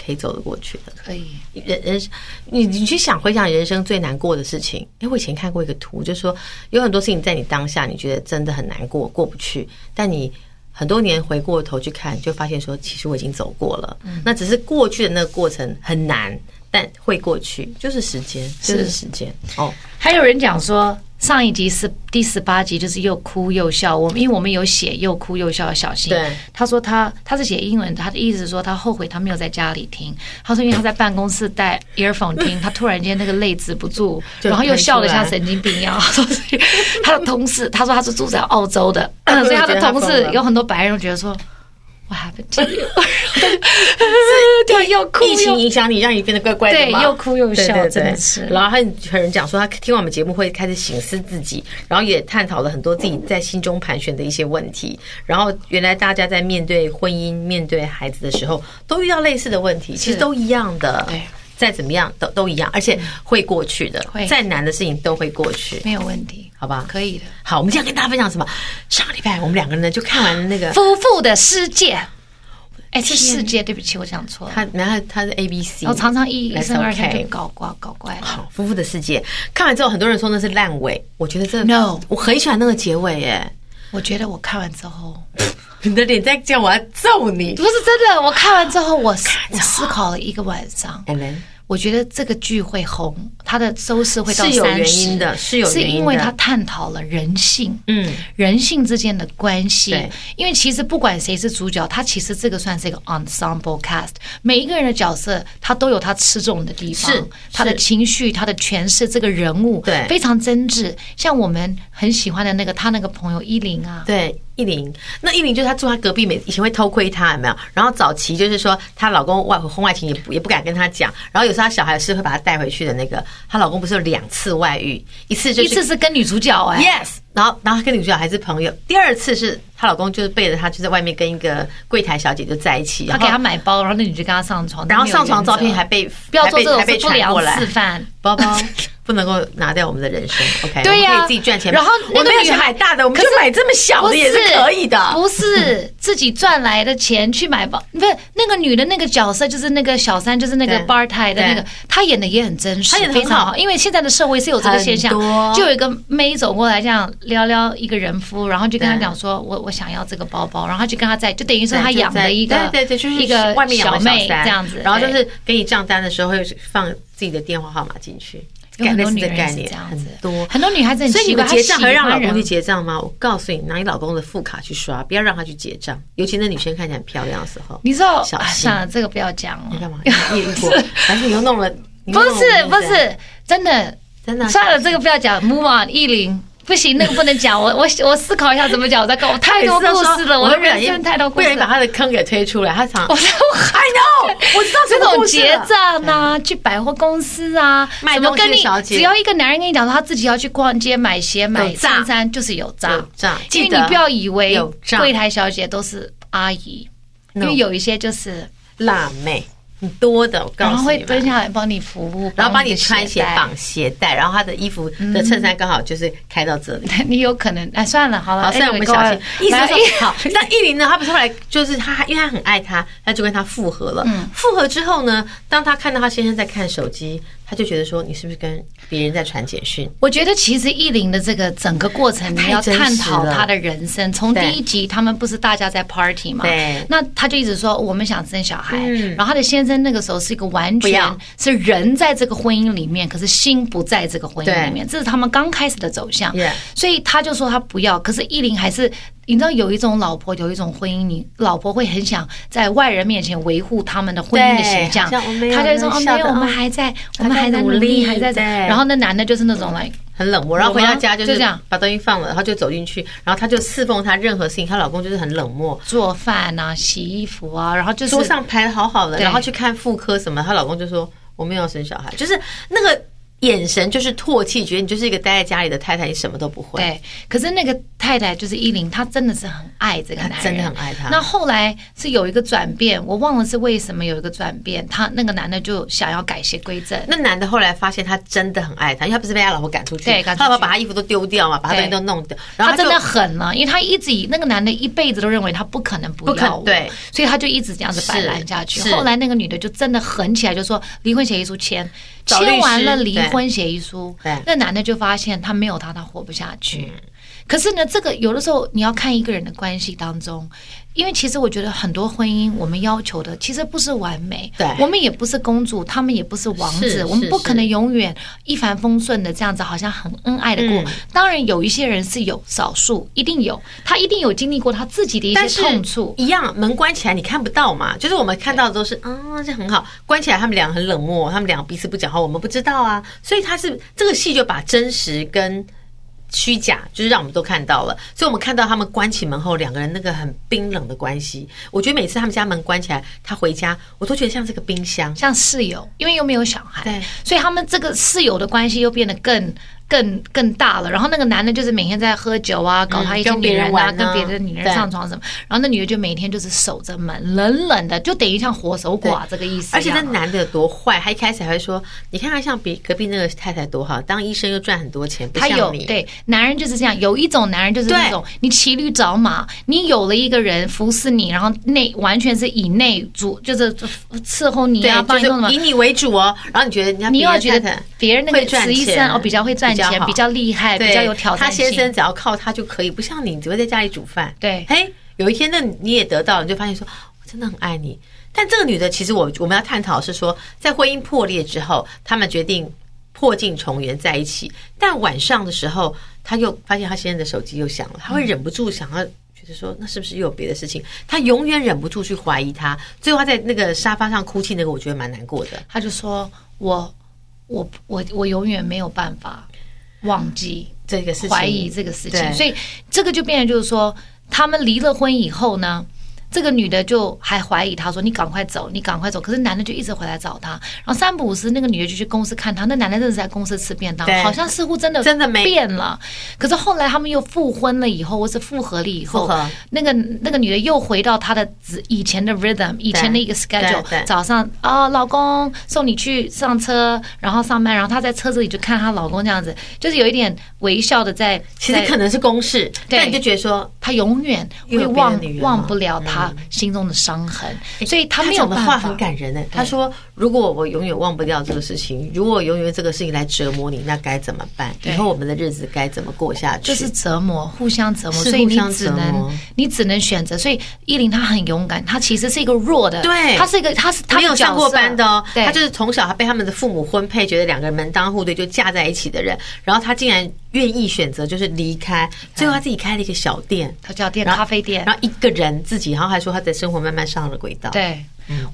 Speaker 1: 可以走得过去的。
Speaker 2: 可以，
Speaker 1: 人人，你你去想回想人生最难过的事情。因为我以前看过一个图，就是说有很多事情在你当下你觉得真的很难过，过不去，但你很多年回过头去看，就发现说其实我已经走过了。
Speaker 2: 嗯
Speaker 1: 那只是过去的那个过程很难，但会过去，就是时间，就是时间。哦，
Speaker 2: 还有人讲说，上一集是第十八集，就是又哭又笑。我们因为我们有写又哭又笑的小新，
Speaker 1: 对
Speaker 2: 他说他他是写英文，他的意思是说他后悔他没有在家里听。他说因为他在办公室戴 earphone 听，他突然间那个泪止不住，
Speaker 1: 就
Speaker 2: 然后又笑了
Speaker 1: 喷
Speaker 2: 像
Speaker 1: 出来
Speaker 2: 神经病一样。他说所以他的同事，他说他是住在澳 洲的，所以他
Speaker 1: 觉
Speaker 2: 的同
Speaker 1: 得他疯
Speaker 2: 事
Speaker 1: 了
Speaker 2: 有很多白人觉得说。What happened to you？就又哭
Speaker 1: 疫情
Speaker 2: 又
Speaker 1: 影响你，让你变得怪怪的
Speaker 2: 对
Speaker 1: 嘛，
Speaker 2: 又哭又笑
Speaker 1: 对对对
Speaker 2: 真的是
Speaker 1: 然后还有有人讲说，他听完我们节目会开始醒思自己，然后也探讨了很多自己在心中盘旋的一些问题。然后原来大家在面对婚姻、面对孩子的时候，都遇到类似的问题，其实都一样的。
Speaker 2: 对嗯
Speaker 1: 再怎么样都都一样，而且会过去的
Speaker 2: 会。
Speaker 1: 再难的事情都会过去，
Speaker 2: 没有问题，
Speaker 1: 好吧？
Speaker 2: 可以的。
Speaker 1: 好，我们今天跟大家分享什么？上个礼拜我们两个人呢就看完了 那个
Speaker 2: 夫妇的世界。哎，是世界，对不起，我讲错了。
Speaker 1: 他，然后他是 A B C，
Speaker 2: 我哦常常一一
Speaker 1: That's
Speaker 2: 生二相
Speaker 1: okay
Speaker 2: 就搞怪搞怪了。
Speaker 1: 好，夫妇的世界看完之后，很多人说那是烂尾，我觉得这
Speaker 2: No
Speaker 1: 我很喜欢那个结尾耶。
Speaker 2: 我觉得我看完之后，
Speaker 1: 你的脸在叫我要揍你
Speaker 2: 不是真的，我看完之后，我思我思考了一个晚上。
Speaker 1: ，And then
Speaker 2: 我觉得这个剧会红，它的收视会到
Speaker 1: 是有
Speaker 2: 30
Speaker 1: 原因的是有原因的
Speaker 2: 是因为它探讨了人性，
Speaker 1: 嗯，
Speaker 2: 人性之间的关系
Speaker 1: 对。
Speaker 2: 因为其实不管谁是主角，他其实这个算是一个 ensemble cast，每一个人的角色他都有他吃重的地方
Speaker 1: 是，
Speaker 2: 他的情绪，他的诠释，这个人物
Speaker 1: 对
Speaker 2: 非常真挚。像我们很喜欢的那个他那个朋友依林啊，
Speaker 1: 对。依林，那依林就是她住她隔壁，每以前会偷窥她，有没有？然后早期就是说，她老公外婚外情也不也不敢跟她讲，然后有时候她小孩是会把她带回去的那个，她老公不是有两次外遇，一次就
Speaker 2: 一
Speaker 1: 是
Speaker 2: 次是跟女主角哎、
Speaker 1: Yes，然后然后她跟女主角还是朋友。第二次是她老公就是背着她就在外面跟一个柜台小姐就在一起，
Speaker 2: 他
Speaker 1: 然
Speaker 2: 给
Speaker 1: 后
Speaker 2: 他买包，然后那女就跟他上床，
Speaker 1: 然后
Speaker 2: 没有
Speaker 1: 上床
Speaker 2: 原则
Speaker 1: 照片还被
Speaker 2: 不要做
Speaker 1: 还被
Speaker 2: 这种
Speaker 1: 还
Speaker 2: 事
Speaker 1: 被
Speaker 2: 不
Speaker 1: 传
Speaker 2: 良
Speaker 1: 过来
Speaker 2: 示范。
Speaker 1: 包包不能够拿掉我们的人生，OK？
Speaker 2: 对呀
Speaker 1: 我们可以自己赚钱。
Speaker 2: 然后那
Speaker 1: 我
Speaker 2: 个
Speaker 1: 没有
Speaker 2: 女
Speaker 1: 想买
Speaker 2: 孩
Speaker 1: 大的，我们
Speaker 2: 可
Speaker 1: 就是买这么小
Speaker 2: 不
Speaker 1: 的也是可以的。
Speaker 2: 不是自己赚来的钱去买包，不是那个女的那个角色，就是那个小三，就是那个
Speaker 1: 对
Speaker 2: bar 太的那个
Speaker 1: 对，
Speaker 2: 她演的也很真实，
Speaker 1: 她演得
Speaker 2: 非
Speaker 1: 很
Speaker 2: 常
Speaker 1: 好
Speaker 2: 好。因为现在的社会是有这个现象
Speaker 1: 很多，
Speaker 2: 就有一个妹走过来这样撩撩一个人夫，然后就跟他
Speaker 1: 对
Speaker 2: 讲说，我我想要这个包包，然后她就跟他在，就等于说
Speaker 1: 对
Speaker 2: 她
Speaker 1: 就
Speaker 2: 养
Speaker 1: 在
Speaker 2: 的一个
Speaker 1: 对对对，就是
Speaker 2: 一个
Speaker 1: 外面养的
Speaker 2: 妹
Speaker 1: 三
Speaker 2: 这样子，
Speaker 1: 然后就
Speaker 2: 对
Speaker 1: 是给你账单的时候会放自己的电话号码进去，
Speaker 2: 有很
Speaker 1: 类
Speaker 2: 多
Speaker 1: 似
Speaker 2: 女
Speaker 1: 的
Speaker 2: 人
Speaker 1: 概
Speaker 2: 是
Speaker 1: 念
Speaker 2: 这样
Speaker 1: 很
Speaker 2: 子，
Speaker 1: 多。
Speaker 2: 很多女孩子很
Speaker 1: 所以
Speaker 2: 奇
Speaker 1: 你
Speaker 2: 怪，
Speaker 1: 们结账
Speaker 2: 她喜欢
Speaker 1: 会让老公
Speaker 2: 人
Speaker 1: 去结账吗？我告诉你，拿你老公的副卡去刷，不要让他去结账。尤其那女生看起来很漂亮的时候，
Speaker 2: 你知道，
Speaker 1: 小
Speaker 2: 啊
Speaker 1: 心
Speaker 2: 算了，这个不要讲了
Speaker 1: 你。干嘛？你也遇 过？还是你又弄了？你又
Speaker 2: 不
Speaker 1: 弄了
Speaker 2: 是
Speaker 1: 我
Speaker 2: 不
Speaker 1: 们的
Speaker 2: 是，真的
Speaker 1: 真的啊
Speaker 2: 算了，这个不要讲。Move on，意林不行，那个不能讲。我 我我思考一下怎么讲。我在跟我太
Speaker 1: 哎
Speaker 2: 多
Speaker 1: 啊
Speaker 2: 故事了，我的人生太多故
Speaker 1: 被
Speaker 2: 事
Speaker 1: 人把。他的坑给推出来，他常
Speaker 2: 我在
Speaker 1: I know，我知道
Speaker 2: 这
Speaker 1: 什么
Speaker 2: 种
Speaker 1: 故事
Speaker 2: 结
Speaker 1: 了
Speaker 2: 账啊，去百货公司啊，
Speaker 1: 卖
Speaker 2: 什么
Speaker 1: 东西
Speaker 2: 跟
Speaker 1: 的
Speaker 2: 你
Speaker 1: 小姐
Speaker 2: 只要一个男人跟你讲说他自己要去逛街买鞋买
Speaker 1: 诈
Speaker 2: 衬衫，就是有诈
Speaker 1: 有诈
Speaker 2: 因
Speaker 1: 记
Speaker 2: 为
Speaker 1: 得
Speaker 2: 你不要以为
Speaker 1: 有诈
Speaker 2: 柜台小姐都是阿姨，因
Speaker 1: No
Speaker 2: 为有一些就是，
Speaker 1: 辣妹，很多的，我告诉你
Speaker 2: 然
Speaker 1: 们
Speaker 2: 后会蹲下来帮你服务，
Speaker 1: 然后帮你
Speaker 2: 的
Speaker 1: 穿鞋
Speaker 2: 带
Speaker 1: 绑鞋带，然后他的衣服的衬衫刚好就是开到这里。
Speaker 2: 你有可能哎，算了，好了，
Speaker 1: 好，虽然我们
Speaker 2: anyway，够
Speaker 1: 小
Speaker 2: 了
Speaker 1: 心，意思
Speaker 2: 来
Speaker 1: 是 说好。那意林呢？她不是后来就是她，因为她很爱他，她就跟他复合了。
Speaker 2: 嗯
Speaker 1: 复合之后呢，当她看到她先生在看手机，她就觉得说你是不是跟别人在传简讯？
Speaker 2: 我觉得其实意林的这个整个过程，你
Speaker 1: 太
Speaker 2: 要
Speaker 1: 真
Speaker 2: 探
Speaker 1: 实
Speaker 2: 讨
Speaker 1: 了
Speaker 2: 他的人生。从第
Speaker 1: 对
Speaker 2: 一集，他们不是大家在 party 嘛
Speaker 1: 对？
Speaker 2: 那他就一直说我们想生小孩，
Speaker 1: 嗯
Speaker 2: 然后他的先生那个时候是一个完
Speaker 1: 不
Speaker 2: 全
Speaker 1: 要
Speaker 2: 是人在这个婚姻里面，可是心不在这个婚姻
Speaker 1: 对
Speaker 2: 里面，这是他们刚开始的走向
Speaker 1: Yeah。
Speaker 2: 所以他就说他不要，可是意林还是。你知道有一种老婆，有一种婚姻，你老婆会很想在外人面前维护他们的婚姻的
Speaker 1: 对
Speaker 2: 形象
Speaker 1: 好像我没，有
Speaker 2: 他就会说
Speaker 1: 那
Speaker 2: 哦没
Speaker 1: 笑
Speaker 2: 有，
Speaker 1: 得
Speaker 2: 我们
Speaker 1: 哦
Speaker 2: 还在，我
Speaker 1: 还
Speaker 2: 们
Speaker 1: 在
Speaker 2: 还在
Speaker 1: 努
Speaker 2: 努力，
Speaker 1: 力
Speaker 2: 还在怎
Speaker 1: 对
Speaker 2: 然后。然后那男的就是那种 like
Speaker 1: 很冷漠，然后回
Speaker 2: 有吗
Speaker 1: 到家就是
Speaker 2: 就这样
Speaker 1: 把东西放了，然后就走进去，然后她就侍奉她任何事情，她老公就是很冷漠。
Speaker 2: 做饭啊、洗衣服啊，然后就是
Speaker 1: 桌上排的好好的，
Speaker 2: 对
Speaker 1: 然后去看妇科什么，她老公就说我没有生小孩，就是那个眼神就是唾弃，觉得你就是一个待在家里的太太，你什么都不会。
Speaker 2: 对，可是那个太太就是依琳，她真的是很爱这个男人，
Speaker 1: 她真的很爱他
Speaker 2: 那后来是有一个转变，我忘了是为什么有一个转变，他那个男的就想要改邪归正。
Speaker 1: 那男的后来发现他真的很爱她，因为他不是被他老婆赶出去，
Speaker 2: 对赶出去
Speaker 1: 他老婆把他衣服都丢掉嘛，把他东西都弄掉，然后
Speaker 2: 他真的
Speaker 1: 就
Speaker 2: 狠了，因为他一直以那个男的一辈子都认为他不可能不
Speaker 1: 不可
Speaker 2: 要我，
Speaker 1: 对
Speaker 2: 所以他就一直这样子摆烂下去
Speaker 1: 是。是
Speaker 2: 后来那个女的就真的狠起来，就说离婚协议书签，
Speaker 1: 找律师
Speaker 2: 签完了离
Speaker 1: 对
Speaker 2: 婚协议书
Speaker 1: 对，嗯
Speaker 2: 那男的就发现他没有他，他活不下去。可是呢，这个有的时候你要看一个人的关系当中，因为其实我觉得很多婚姻我们要求的其实不是完美，
Speaker 1: 对
Speaker 2: 我们也不是公主，他们也不是王
Speaker 1: 是
Speaker 2: 子，我们
Speaker 1: 是
Speaker 2: 不可
Speaker 1: 是
Speaker 2: 能永远一帆风顺的这样子，好像很恩爱
Speaker 1: 嗯
Speaker 2: 的过。当然，有一些人是有少数，一定有，他一定有经历过他自己的一
Speaker 1: 但是
Speaker 2: 些痛处。
Speaker 1: 一样，门关起来你看不到嘛，就是我们看到的都是啊、这很好，关起来他们俩很冷漠，他们俩彼此不讲话，我们不知道啊，所以他是这个戏就把真实跟虚假，就是让我们都看到了，所以我们看到他们关起门后两个人那个很冰冷的关系，我觉得每次他们家门关起来，他回家我都觉得像这个冰箱，
Speaker 2: 像室友，因为又没有小
Speaker 1: 对
Speaker 2: 孩，所以他们这个室友的关系又变得更。更更大了，然后那个男的就是每天在喝酒啊，搞他一
Speaker 1: 嗯
Speaker 2: 些
Speaker 1: 跟别
Speaker 2: 女
Speaker 1: 人
Speaker 2: 人啊，
Speaker 1: 玩啊
Speaker 2: 跟别的女人
Speaker 1: 对
Speaker 2: 上床什么，然后那女的就每天就是守着门，冷冷的，就等于像活守寡这个意思一样啊。
Speaker 1: 而且那男的有多坏，他一开始还会说，你看他像比隔壁那个太太多好，当医生又赚很多钱，不
Speaker 2: 他
Speaker 1: 像
Speaker 2: 有
Speaker 1: 你。
Speaker 2: 对男人就是这样，有一种男人就是
Speaker 1: 对
Speaker 2: 那种你骑驴找马，你有了一个人服侍你，然后内完全是以内主，就是伺候你
Speaker 1: 对
Speaker 2: 啊，帮你弄什
Speaker 1: 就是以
Speaker 2: 么。
Speaker 1: 你为主哦，然后你觉得人家
Speaker 2: 你
Speaker 1: 别
Speaker 2: 又要
Speaker 1: 人
Speaker 2: 觉
Speaker 1: 太
Speaker 2: 得
Speaker 1: 太
Speaker 2: 别人那
Speaker 1: 会
Speaker 2: 个
Speaker 1: 赚
Speaker 2: 实习
Speaker 1: 钱
Speaker 2: 生哦比较会赚
Speaker 1: 比较
Speaker 2: 钱，
Speaker 1: 好
Speaker 2: 比较厉害，
Speaker 1: 对
Speaker 2: 比较有挑
Speaker 1: 他
Speaker 2: 战
Speaker 1: 先生
Speaker 2: 性。
Speaker 1: 只要靠他就可以，不像你，只会在家里煮饭。
Speaker 2: 对
Speaker 1: 嘿，有一天那你也得到了，你就发现说，我真的很爱你。但这个女的，其实我我们要探讨是说，在婚姻破裂之后，他们决定破镜重圆在一起。但晚上的时候，她又发现她先生的手机又响了，她会忍不住想要。觉得说那是不是又有别的事情？她永远忍不住去怀疑他，最后她在那个沙发上哭泣，那个我觉得蛮难过的。
Speaker 2: 他就说我我我我永远没有办法忘记
Speaker 1: 这个事情
Speaker 2: 怀疑这个事
Speaker 1: 对
Speaker 2: 情，所以这个就变成就是说，他们离了婚以后呢，这个女的就还怀疑他说你赶快走，你赶快走，可是男的就一直回来找他，然后三不五时那个女的就去公司看他，那男的真的是在公司吃便当
Speaker 1: 对，
Speaker 2: 好像似乎真的
Speaker 1: 真的没
Speaker 2: 变了，可是后来他们又复婚了以后，或是复合了以
Speaker 1: 复
Speaker 2: 后
Speaker 1: 合，
Speaker 2: 那个那个女的又回到她的子以前的 rhythm，以前的一个
Speaker 1: 对
Speaker 2: schedule，
Speaker 1: 对
Speaker 2: 早上啊、老公送你去上车，然后上班，然后她在车子里就看她老公这样子，就是有一点微笑的在，
Speaker 1: 其实
Speaker 2: 在
Speaker 1: 可能是公事，
Speaker 2: 对
Speaker 1: 但你就觉得说
Speaker 2: 她永远
Speaker 1: 又
Speaker 2: 会
Speaker 1: 有别的
Speaker 2: 忘
Speaker 1: 女人了
Speaker 2: 忘不了她心中的伤痕，所以她
Speaker 1: 他
Speaker 2: 没有
Speaker 1: 讲的
Speaker 2: 办
Speaker 1: 话
Speaker 2: 法。
Speaker 1: 很感人呢、欸他说：“如果我永远忘不掉这个事情，如果永远这个事情来折磨你，那该怎么办？以
Speaker 2: 对
Speaker 1: 后我们的日子该怎么过下去？”
Speaker 2: 就是折磨，互相折磨，
Speaker 1: 是
Speaker 2: 所以你
Speaker 1: 互相
Speaker 2: 只
Speaker 1: 折磨
Speaker 2: 能你只能选择。所以依琳她很勇敢，她其实是一个弱的，
Speaker 1: 对
Speaker 2: 她是一个，她是她
Speaker 1: 没有
Speaker 2: 的角
Speaker 1: 上过
Speaker 2: 色
Speaker 1: 班的哦，
Speaker 2: 对，
Speaker 1: 他就是从小他被他们的父母婚配，觉得两个人门当户对就嫁在一起的人，然后他竟然愿意选择就是离开，最后他自己开了一个小店，
Speaker 2: 她叫店
Speaker 1: 然后
Speaker 2: 咖啡店
Speaker 1: 然，后一个人自己，然后还说他的生活慢慢上了轨道。，嗯
Speaker 2: 对，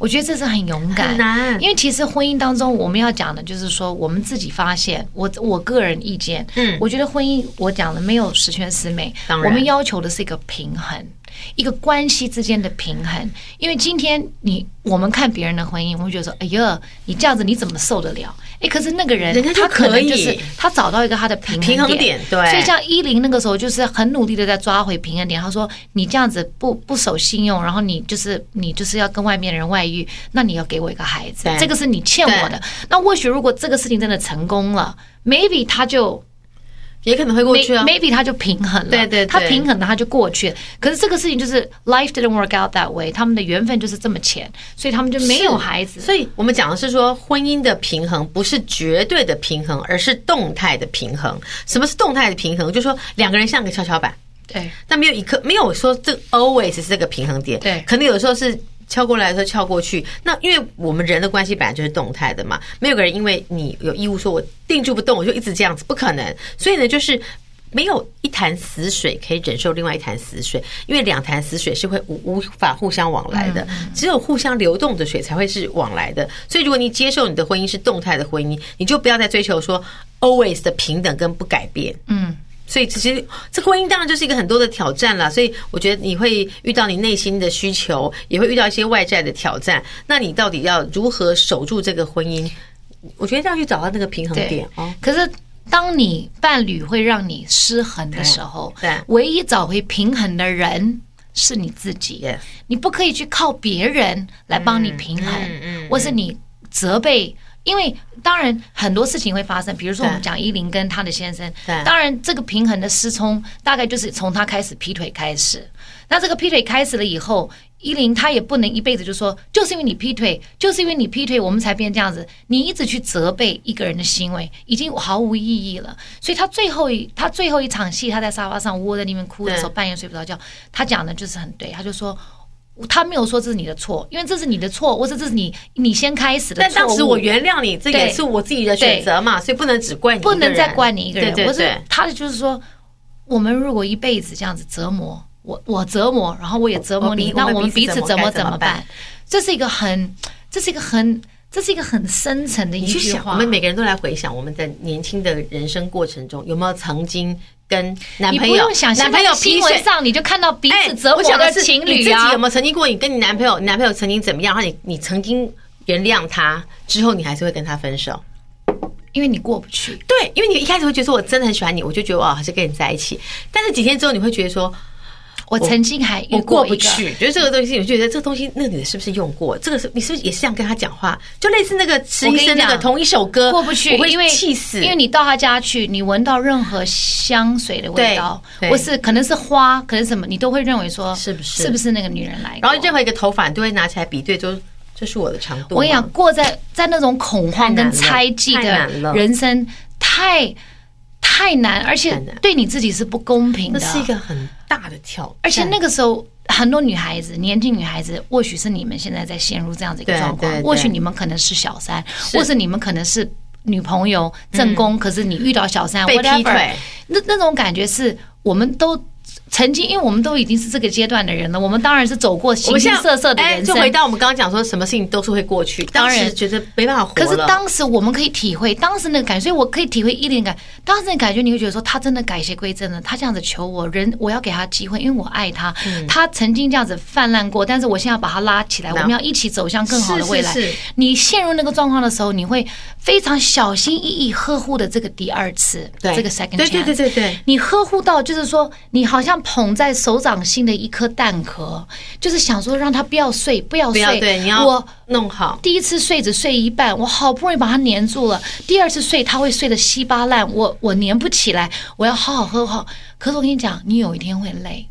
Speaker 2: 我觉得这是很勇敢，
Speaker 1: 很难
Speaker 2: 因为其实婚姻当中我们要讲的就是说，我们自己发现，我我个人意见，
Speaker 1: 嗯
Speaker 2: 我觉得婚姻我讲的没有十全十美，
Speaker 1: 当然
Speaker 2: 我们要求的是一个平衡。一个关系之间的平衡，因为今天你我们看别人的婚姻，我们会觉得说，哎呀，你这样子你怎么受得了？哎，可是那个人
Speaker 1: 人家就
Speaker 2: 他可能
Speaker 1: 可以
Speaker 2: 就是他找到一个他的平衡
Speaker 1: 平衡点对
Speaker 2: 所以像依琳那个时候就是很努力的在抓回平衡点。他说：“你这样子不不守信用，然后你就是你就是要跟外面人外遇，那你要给我一个孩子
Speaker 1: 对，
Speaker 2: 这个是你欠我的。那或许如果这个事情真的成功了，maybe 他就
Speaker 1: 也可能会过去啊。
Speaker 2: maybe 他就平衡了，
Speaker 1: 对对对
Speaker 2: 他平衡了他就过去了。可是这个事情就是 life didn't work out that way，他们的缘分就是这么浅，所以他们就没有孩子。
Speaker 1: 所以我们讲的是说，婚姻的平衡不是绝对的平衡，而是动态的平衡。什么是动态的平衡？就是说两个人像个跷跷板，
Speaker 2: 对
Speaker 1: 但没有一刻没有说这 always 是这个平衡点。
Speaker 2: 对
Speaker 1: 可能有时候是。敲过来的时候敲过去，那因为我们人的关系本来就是动态的嘛，没有个人因为你有义务说我定住不动，我就一直这样子，不可能。所以呢，就是没有一潭死水可以忍受另外一潭死水，因为两潭死水是会无无法互相往来的，只有互相流动的水才会是往来的。所以，如果你接受你的婚姻是动态的婚姻，你就不要再追求说 always 的平等跟不改变。
Speaker 2: 嗯，
Speaker 1: 所以其实这婚姻当然就是一个很多的挑战啦，所以我觉得你会遇到你内心的需求，也会遇到一些外在的挑战。那你到底要如何守住这个婚姻？我觉得要去找到那个平衡
Speaker 2: 对
Speaker 1: 点哦。
Speaker 2: 可是当你伴侣会让你失衡的时候，
Speaker 1: 对对
Speaker 2: 唯一找回平衡的人是你自己。
Speaker 1: Yes
Speaker 2: 你不可以去靠别人来帮你平衡，
Speaker 1: 嗯
Speaker 2: 或是你责备。因为当然很多事情会发生，比如说我们
Speaker 1: 对
Speaker 2: 讲依林跟她的先生
Speaker 1: 对，
Speaker 2: 当然这个平衡的失聪大概就是从他开始劈腿开始。那这个劈腿开始了以后，依林她也不能一辈子就说就是因为你劈腿，就是因为你劈腿我们才变这样子。你一直去责备一个人的行为，已经毫无意义了。所以她最后一她最后一场戏，她在沙发上窝在那边哭的时候，
Speaker 1: 对
Speaker 2: 半夜睡不着觉，她讲的就是很对，她就说。她没有说这是你的错，因为这是你的错，或者这是你你先开始的错
Speaker 1: 但
Speaker 2: 误。
Speaker 1: 当时我原谅你，这
Speaker 2: 对
Speaker 1: 也是我自己的选择嘛，所以不能只怪你一个
Speaker 2: 不
Speaker 1: 人，
Speaker 2: 能再怪你一个人。
Speaker 1: 对
Speaker 2: 我
Speaker 1: 对
Speaker 2: 是
Speaker 1: 对，
Speaker 2: 他的就是说，我们如果一辈子这样子折磨我，我折磨，然后我也折磨你，
Speaker 1: 我
Speaker 2: 那
Speaker 1: 我们
Speaker 2: 我们彼
Speaker 1: 彼
Speaker 2: 此
Speaker 1: 此
Speaker 2: 折
Speaker 1: 折
Speaker 2: 磨
Speaker 1: 磨
Speaker 2: 怎
Speaker 1: 怎
Speaker 2: 么
Speaker 1: 么
Speaker 2: 办
Speaker 1: 办？
Speaker 2: 这是一个很，这是一个很，这是一个很深层的一
Speaker 1: 你去
Speaker 2: 句
Speaker 1: 想，
Speaker 2: 话。
Speaker 1: 我们每个人都来回想我们的年轻的人生过程中，有没有曾经跟男
Speaker 2: 你
Speaker 1: 朋
Speaker 2: 不
Speaker 1: 友
Speaker 2: 用想，、
Speaker 1: 男朋友
Speaker 2: 现在
Speaker 1: 劈
Speaker 2: 新
Speaker 1: 腿
Speaker 2: 闻上你就看到彼
Speaker 1: 哎，
Speaker 2: 此折
Speaker 1: 我
Speaker 2: 磨
Speaker 1: 想
Speaker 2: 的
Speaker 1: 是
Speaker 2: 情
Speaker 1: 你
Speaker 2: 侣
Speaker 1: 自己
Speaker 2: 啊
Speaker 1: 有。没有曾经过你跟你男朋友，你男朋友曾经怎么样？然后你你曾经原谅他之后，你还是会跟他分手？
Speaker 2: 因为你过不去，
Speaker 1: 对，因为你一开始会觉得说我真的很喜欢你，我就觉得哇，还是跟你在一起。但是几天之后，你会觉得说
Speaker 2: 我曾经还遇
Speaker 1: 我过
Speaker 2: 一
Speaker 1: 不
Speaker 2: 个
Speaker 1: 去，觉得这个东西，我就觉得这个东西，那个女的是不是用过？这个是你是不是也是这样跟他讲话？就类似那个池医生那
Speaker 2: 我跟
Speaker 1: 个
Speaker 2: 你讲
Speaker 1: 同一首歌
Speaker 2: 过不去，
Speaker 1: 我
Speaker 2: 因为
Speaker 1: 会气死，
Speaker 2: 因为你到他家去，你闻到任何香水的味道，
Speaker 1: 对对
Speaker 2: 或是可能是花，可能是什么，你都会认为说
Speaker 1: 是不是
Speaker 2: 是不是那个女人来过？
Speaker 1: 然后任何一个头发你都会拿起来比对，就这是我的长度吗。
Speaker 2: 我跟你讲，过在在那种恐慌跟猜忌
Speaker 1: 太
Speaker 2: 的
Speaker 1: 难了
Speaker 2: 人生，太太难，而且
Speaker 1: 太难
Speaker 2: 对你自己是不公平
Speaker 1: 那
Speaker 2: 的。
Speaker 1: 是一个很大的挑战，
Speaker 2: 而且那个时候，很多女孩子，年轻女孩子，或许是你们现在在陷入这样子一个
Speaker 1: 对
Speaker 2: 状
Speaker 1: 对
Speaker 2: 况，
Speaker 1: 对
Speaker 2: 或许你们可能是小三，或是你们可能是女朋友正宫，可是你遇到小三
Speaker 1: 嗯被劈
Speaker 2: whatever，
Speaker 1: 腿
Speaker 2: 那那种感觉是我们都。曾经，因为我们都已经是这个阶段的人了，我们当然是走过
Speaker 1: 我
Speaker 2: 形
Speaker 1: 们
Speaker 2: 形
Speaker 1: 现在
Speaker 2: 色色的
Speaker 1: 哎
Speaker 2: 人生。
Speaker 1: 就回到我们刚刚讲说，什么事情都是会过去，
Speaker 2: 当然
Speaker 1: 当时觉得没办法活
Speaker 2: 可是
Speaker 1: 了
Speaker 2: 当时我们可以体会当时那个感觉，所以我可以体会依恋感。当时那个感觉，你会觉得说他真的改邪归正了，他这样子求我人，我要给他机会，因为我爱他。
Speaker 1: 嗯
Speaker 2: 他曾经这样子泛滥过，但是我现在要把他拉起来，我
Speaker 1: 那
Speaker 2: 们要一起走向更好的未来。
Speaker 1: 是是是
Speaker 2: 你陷入那个状况的时候，你会非常小心翼翼呵护的这个第二次，
Speaker 1: 对
Speaker 2: 这个 second chance。
Speaker 1: 对对对对对
Speaker 2: 你呵护到就是说，你好像捧在手掌心的一颗蛋壳，就是想说让它不要碎，不要
Speaker 1: 不
Speaker 2: 碎。
Speaker 1: 要对，你要
Speaker 2: 我
Speaker 1: 弄好。
Speaker 2: 第一次睡只睡一半，我好不容易把它粘住了。第二次睡，它会睡得稀巴烂，我我粘不起来，我要好好呵护。可是我跟你讲，你有一天会累，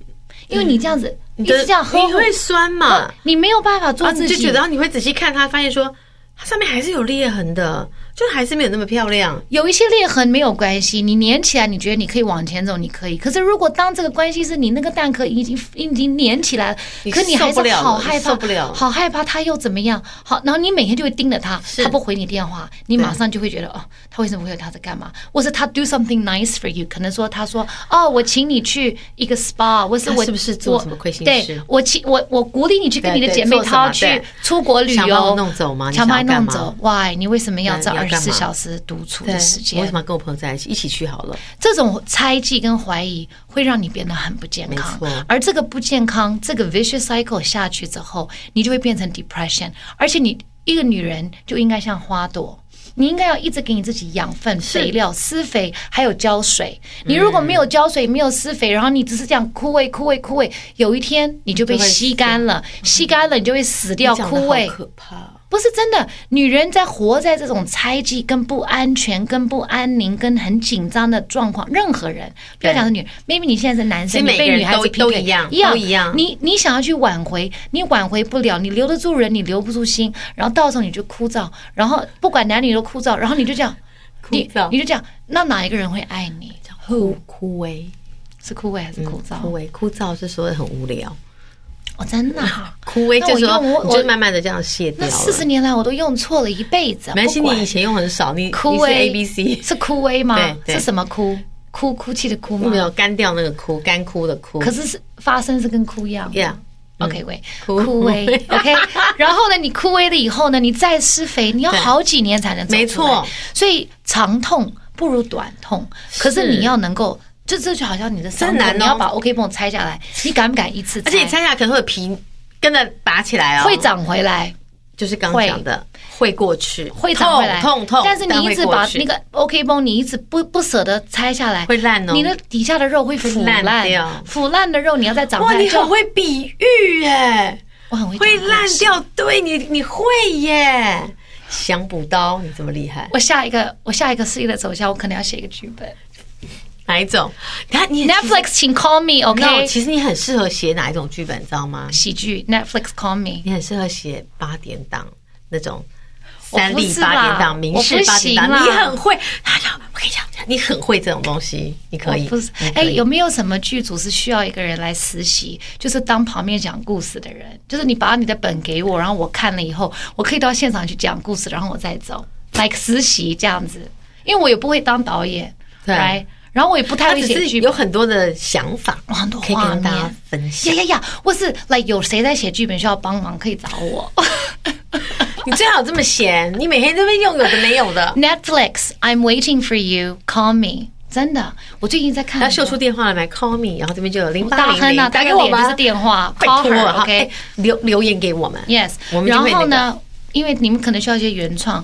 Speaker 2: 因为你这样子、一
Speaker 1: 嗯你
Speaker 2: 直
Speaker 1: 的
Speaker 2: 这样呵
Speaker 1: 你
Speaker 2: 护，
Speaker 1: 会酸嘛？
Speaker 2: 你没有办法
Speaker 1: 然
Speaker 2: 做
Speaker 1: 后你
Speaker 2: 自己，
Speaker 1: 就觉得，然后你会仔细看它，发现说它上面还是有裂痕的，就还是没有那么漂亮。
Speaker 2: 有一些裂痕没有关系，你粘起来，你觉得你可以往前走，你可以。可是如果当这个关系是你那个蛋壳已经已经粘起来了，
Speaker 1: 你
Speaker 2: 可你还
Speaker 1: 受不
Speaker 2: 是
Speaker 1: 了了
Speaker 2: 好害怕，
Speaker 1: 受不了了
Speaker 2: 好害怕他又怎么样？好，然后你每天就会盯着他，他不回你电话，你马上就会觉得哦，他为什么会有他在干嘛？或是他 do something nice for you，可能说他说哦，我请你去一个 spa，或是
Speaker 1: 他
Speaker 2: 我
Speaker 1: 是不是做
Speaker 2: 我
Speaker 1: 什么亏心
Speaker 2: 对
Speaker 1: 事，
Speaker 2: 我请我我鼓励你去跟你
Speaker 1: 对
Speaker 2: 的
Speaker 1: 对
Speaker 2: 姐妹
Speaker 1: 做什么
Speaker 2: 淘去
Speaker 1: 对
Speaker 2: 出国旅
Speaker 1: 想把
Speaker 2: 游，
Speaker 1: 我弄走吗你
Speaker 2: 想把
Speaker 1: 想
Speaker 2: 你
Speaker 1: 要
Speaker 2: 弄
Speaker 1: 干嘛
Speaker 2: 走，why？你为什么要
Speaker 1: 对
Speaker 2: 这
Speaker 1: 你要
Speaker 2: 二
Speaker 1: 干
Speaker 2: 十
Speaker 1: 嘛
Speaker 2: 四小时独处
Speaker 1: 对，
Speaker 2: 的时
Speaker 1: 我为
Speaker 2: 间
Speaker 1: 什？么要跟我朋友在一起？一起去好了。
Speaker 2: 这种猜忌跟怀疑会让你变得很不健康
Speaker 1: 没错，
Speaker 2: 而这个不健康，这个 vicious cycle 下去之后，你就会变成 depression，而且你一个女人就应该像花朵。你应该要一直给你自己养分、肥料、施肥，还有浇水。
Speaker 1: 嗯
Speaker 2: 你如果没有浇水、没有施肥，然后你只是这样枯萎、枯萎、枯萎，有一天你就被
Speaker 1: 就会
Speaker 2: 吸干了，吸干了你就会死掉、
Speaker 1: 你讲得
Speaker 2: 枯萎
Speaker 1: 好。可怕哦。
Speaker 2: 不是真的，女人在活在这种猜忌、跟不安全、跟不安宁、跟很紧张的状况，任何人不要讲是女人，maybe 你现在是男生，
Speaker 1: 其
Speaker 2: 你
Speaker 1: 实每个
Speaker 2: 被
Speaker 1: 人
Speaker 2: 女孩子
Speaker 1: 都
Speaker 2: 劈腿
Speaker 1: 都一样
Speaker 2: 一样
Speaker 1: 都一样
Speaker 2: 你你想要去挽回，你挽回不了，你留得住人，你留不住心，然后到时候你就枯燥，然后不管男女都枯燥，然后你就这样，你
Speaker 1: 枯燥
Speaker 2: 你就这样，那哪一个人会爱你？
Speaker 1: 枯枯萎，
Speaker 2: 是枯萎还是枯燥？
Speaker 1: 嗯枯萎，枯燥是说很无聊，
Speaker 2: 哦，真的 啊、
Speaker 1: 枯萎
Speaker 2: 那
Speaker 1: 就是
Speaker 2: 我
Speaker 1: 说
Speaker 2: 用我
Speaker 1: 你就是慢慢的这样卸掉
Speaker 2: 那
Speaker 1: 了。
Speaker 2: 四十年来我都用错了一辈子，
Speaker 1: 没关系，
Speaker 2: 不管
Speaker 1: 你以前用很少，你
Speaker 2: 枯
Speaker 1: 你是
Speaker 2: 萎
Speaker 1: A B C，
Speaker 2: 欸是枯萎吗？
Speaker 1: 对对
Speaker 2: 是什么枯？哭哭泣的哭
Speaker 1: 没有
Speaker 2: 吗？
Speaker 1: 干掉那个哭，干枯的枯。
Speaker 2: 可是是发生是跟哭一样。
Speaker 1: ，Yeah，
Speaker 2: OK，喂，
Speaker 1: 枯
Speaker 2: 枯 萎
Speaker 1: 萎
Speaker 2: OK，然后呢，你枯萎了以后呢，你再施肥，你要
Speaker 1: 对
Speaker 2: 好几年才能走出来
Speaker 1: 没错，
Speaker 2: 所以长痛不如短痛，可是
Speaker 1: 是
Speaker 2: 你要能够，这这就好像你的伤
Speaker 1: 真
Speaker 2: 口
Speaker 1: 难，哦
Speaker 2: 你要把 OK 绷拆下来，你敢不敢一次拆？
Speaker 1: 而且你拆下来可能会有皮跟着拔起来哦，
Speaker 2: 会长回来，
Speaker 1: 就是刚讲的会过去，
Speaker 2: 会长回来，
Speaker 1: 痛痛痛，
Speaker 2: 但是你一直
Speaker 1: 会过
Speaker 2: 把
Speaker 1: 去
Speaker 2: 那个 OK 绷，你一直不不舍得拆下来，
Speaker 1: 会烂哦
Speaker 2: 你的底下的肉会腐烂，
Speaker 1: 会烂掉
Speaker 2: 腐烂的肉你要再长
Speaker 1: 哇，
Speaker 2: 回来，
Speaker 1: 你
Speaker 2: 就
Speaker 1: 很会比喻耶，
Speaker 2: 我很会
Speaker 1: 会
Speaker 2: 讲故
Speaker 1: 烂
Speaker 2: 事
Speaker 1: 掉，对你你会耶，想补刀你这么厉害，
Speaker 2: 我下一个，我下一个事业的走向，我可能要写一个剧本。
Speaker 1: 哪一种？他你
Speaker 2: Netflix，请 call me，OK？、
Speaker 1: no，其实你很适合写哪一种剧本，你知道吗？
Speaker 2: 喜剧 Netflix call me。
Speaker 1: 你很适合写八点档那种。
Speaker 2: 我不
Speaker 1: 三立
Speaker 2: 是
Speaker 1: 八
Speaker 2: 啦
Speaker 1: 点档、明
Speaker 2: 我
Speaker 1: 视
Speaker 2: 不
Speaker 1: 八点档，
Speaker 2: 行啦
Speaker 1: 你很会。他讲，我跟你讲，你很会这种东西，你可以。
Speaker 2: 我不是
Speaker 1: 你，可
Speaker 2: 哎，
Speaker 1: 以
Speaker 2: 有没有什么剧组是需要一个人来实习，就是当旁边讲故事的人？就是你把你的本给我，然后我看了以后，我可以到现场去讲故事，然后我再走，like 实习这样子。因为我也不会当导演，
Speaker 1: 对
Speaker 2: right？然后我也不太
Speaker 1: 他
Speaker 2: 会
Speaker 1: 只
Speaker 2: 写
Speaker 1: 是
Speaker 2: 剧
Speaker 1: 有
Speaker 2: 本，
Speaker 1: 很多的想法，
Speaker 2: 哇很多
Speaker 1: 可以
Speaker 2: 画
Speaker 1: 跟大家
Speaker 2: 面。啊
Speaker 1: 分享
Speaker 2: 呀。呀呀！或是 like 有谁在写剧本需要帮忙，可以找我。
Speaker 1: 你最好这么闲，你每天这边用有的没有的，
Speaker 2: 嗯 Netflix, I'm waiting for you. Call me. 真的，我最近在看
Speaker 1: 要
Speaker 2: 很
Speaker 1: 秀
Speaker 2: 多。
Speaker 1: 出电话来买 call me，然后这边就有零八
Speaker 2: 大
Speaker 1: 零
Speaker 2: 亨啊，
Speaker 1: 零
Speaker 2: 大
Speaker 1: 打
Speaker 2: 亨
Speaker 1: 给我
Speaker 2: 脸就
Speaker 1: 吧
Speaker 2: 是，电话
Speaker 1: 拜
Speaker 2: ，call
Speaker 1: 托
Speaker 2: her
Speaker 1: 哈，哎
Speaker 2: OK。
Speaker 1: 留留言给我们
Speaker 2: Yes，
Speaker 1: 我们
Speaker 2: 然
Speaker 1: 就会那
Speaker 2: 后
Speaker 1: 个。
Speaker 2: 呢，因为你们可能需要一些原创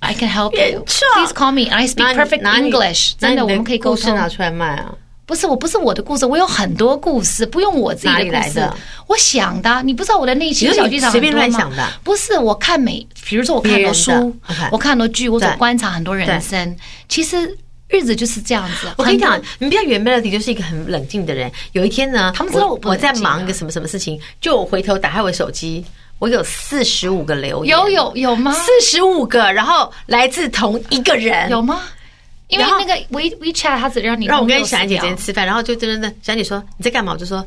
Speaker 2: ，I can help
Speaker 1: 原
Speaker 2: you.
Speaker 1: 创
Speaker 2: Please call me.
Speaker 1: 拿
Speaker 2: I speak
Speaker 1: 你
Speaker 2: perfect
Speaker 1: 拿你
Speaker 2: English.
Speaker 1: 拿
Speaker 2: 真的，
Speaker 1: 你
Speaker 2: 我们可以沟
Speaker 1: 故事
Speaker 2: 通。
Speaker 1: 拿出来卖啊！
Speaker 2: 不是，我不是我的故事，我有很多故事，不用我自己
Speaker 1: 哪
Speaker 2: 的
Speaker 1: 里来
Speaker 2: 故事
Speaker 1: 的。
Speaker 2: 我想的啊，你不知道我的内心
Speaker 1: 你说
Speaker 2: 小
Speaker 1: 你
Speaker 2: 剧场
Speaker 1: 随
Speaker 2: 很
Speaker 1: 便
Speaker 2: 多
Speaker 1: 乱
Speaker 2: 吗
Speaker 1: 想的啊
Speaker 2: 不是，我看每，比如说我看很
Speaker 1: 别
Speaker 2: 多
Speaker 1: 人的
Speaker 2: 书
Speaker 1: OK，
Speaker 2: 我看很多剧，我所
Speaker 1: 对
Speaker 2: 观察很多人
Speaker 1: 对
Speaker 2: 生。其实日子就是这样子。
Speaker 1: 我跟你
Speaker 2: 很多
Speaker 1: 讲，你不要原 Melody 就是一个很冷静的人。有一天呢，
Speaker 2: 他们知道
Speaker 1: 我
Speaker 2: 我不
Speaker 1: 我
Speaker 2: 冷静
Speaker 1: 在
Speaker 2: 啊
Speaker 1: 忙一个什么什么事情，就我回头打开我手机，我有四十五个留言，
Speaker 2: 有有有吗？
Speaker 1: 四十五个，然后来自同一个人，
Speaker 2: 有吗？因为
Speaker 1: 然后
Speaker 2: 那个 We WeChat 它只让你
Speaker 1: 然后我跟
Speaker 2: 弄
Speaker 1: 小安姐
Speaker 2: 60
Speaker 1: 今天
Speaker 2: 秒
Speaker 1: 吃饭，然后就真的小安姐说你在干嘛？我就说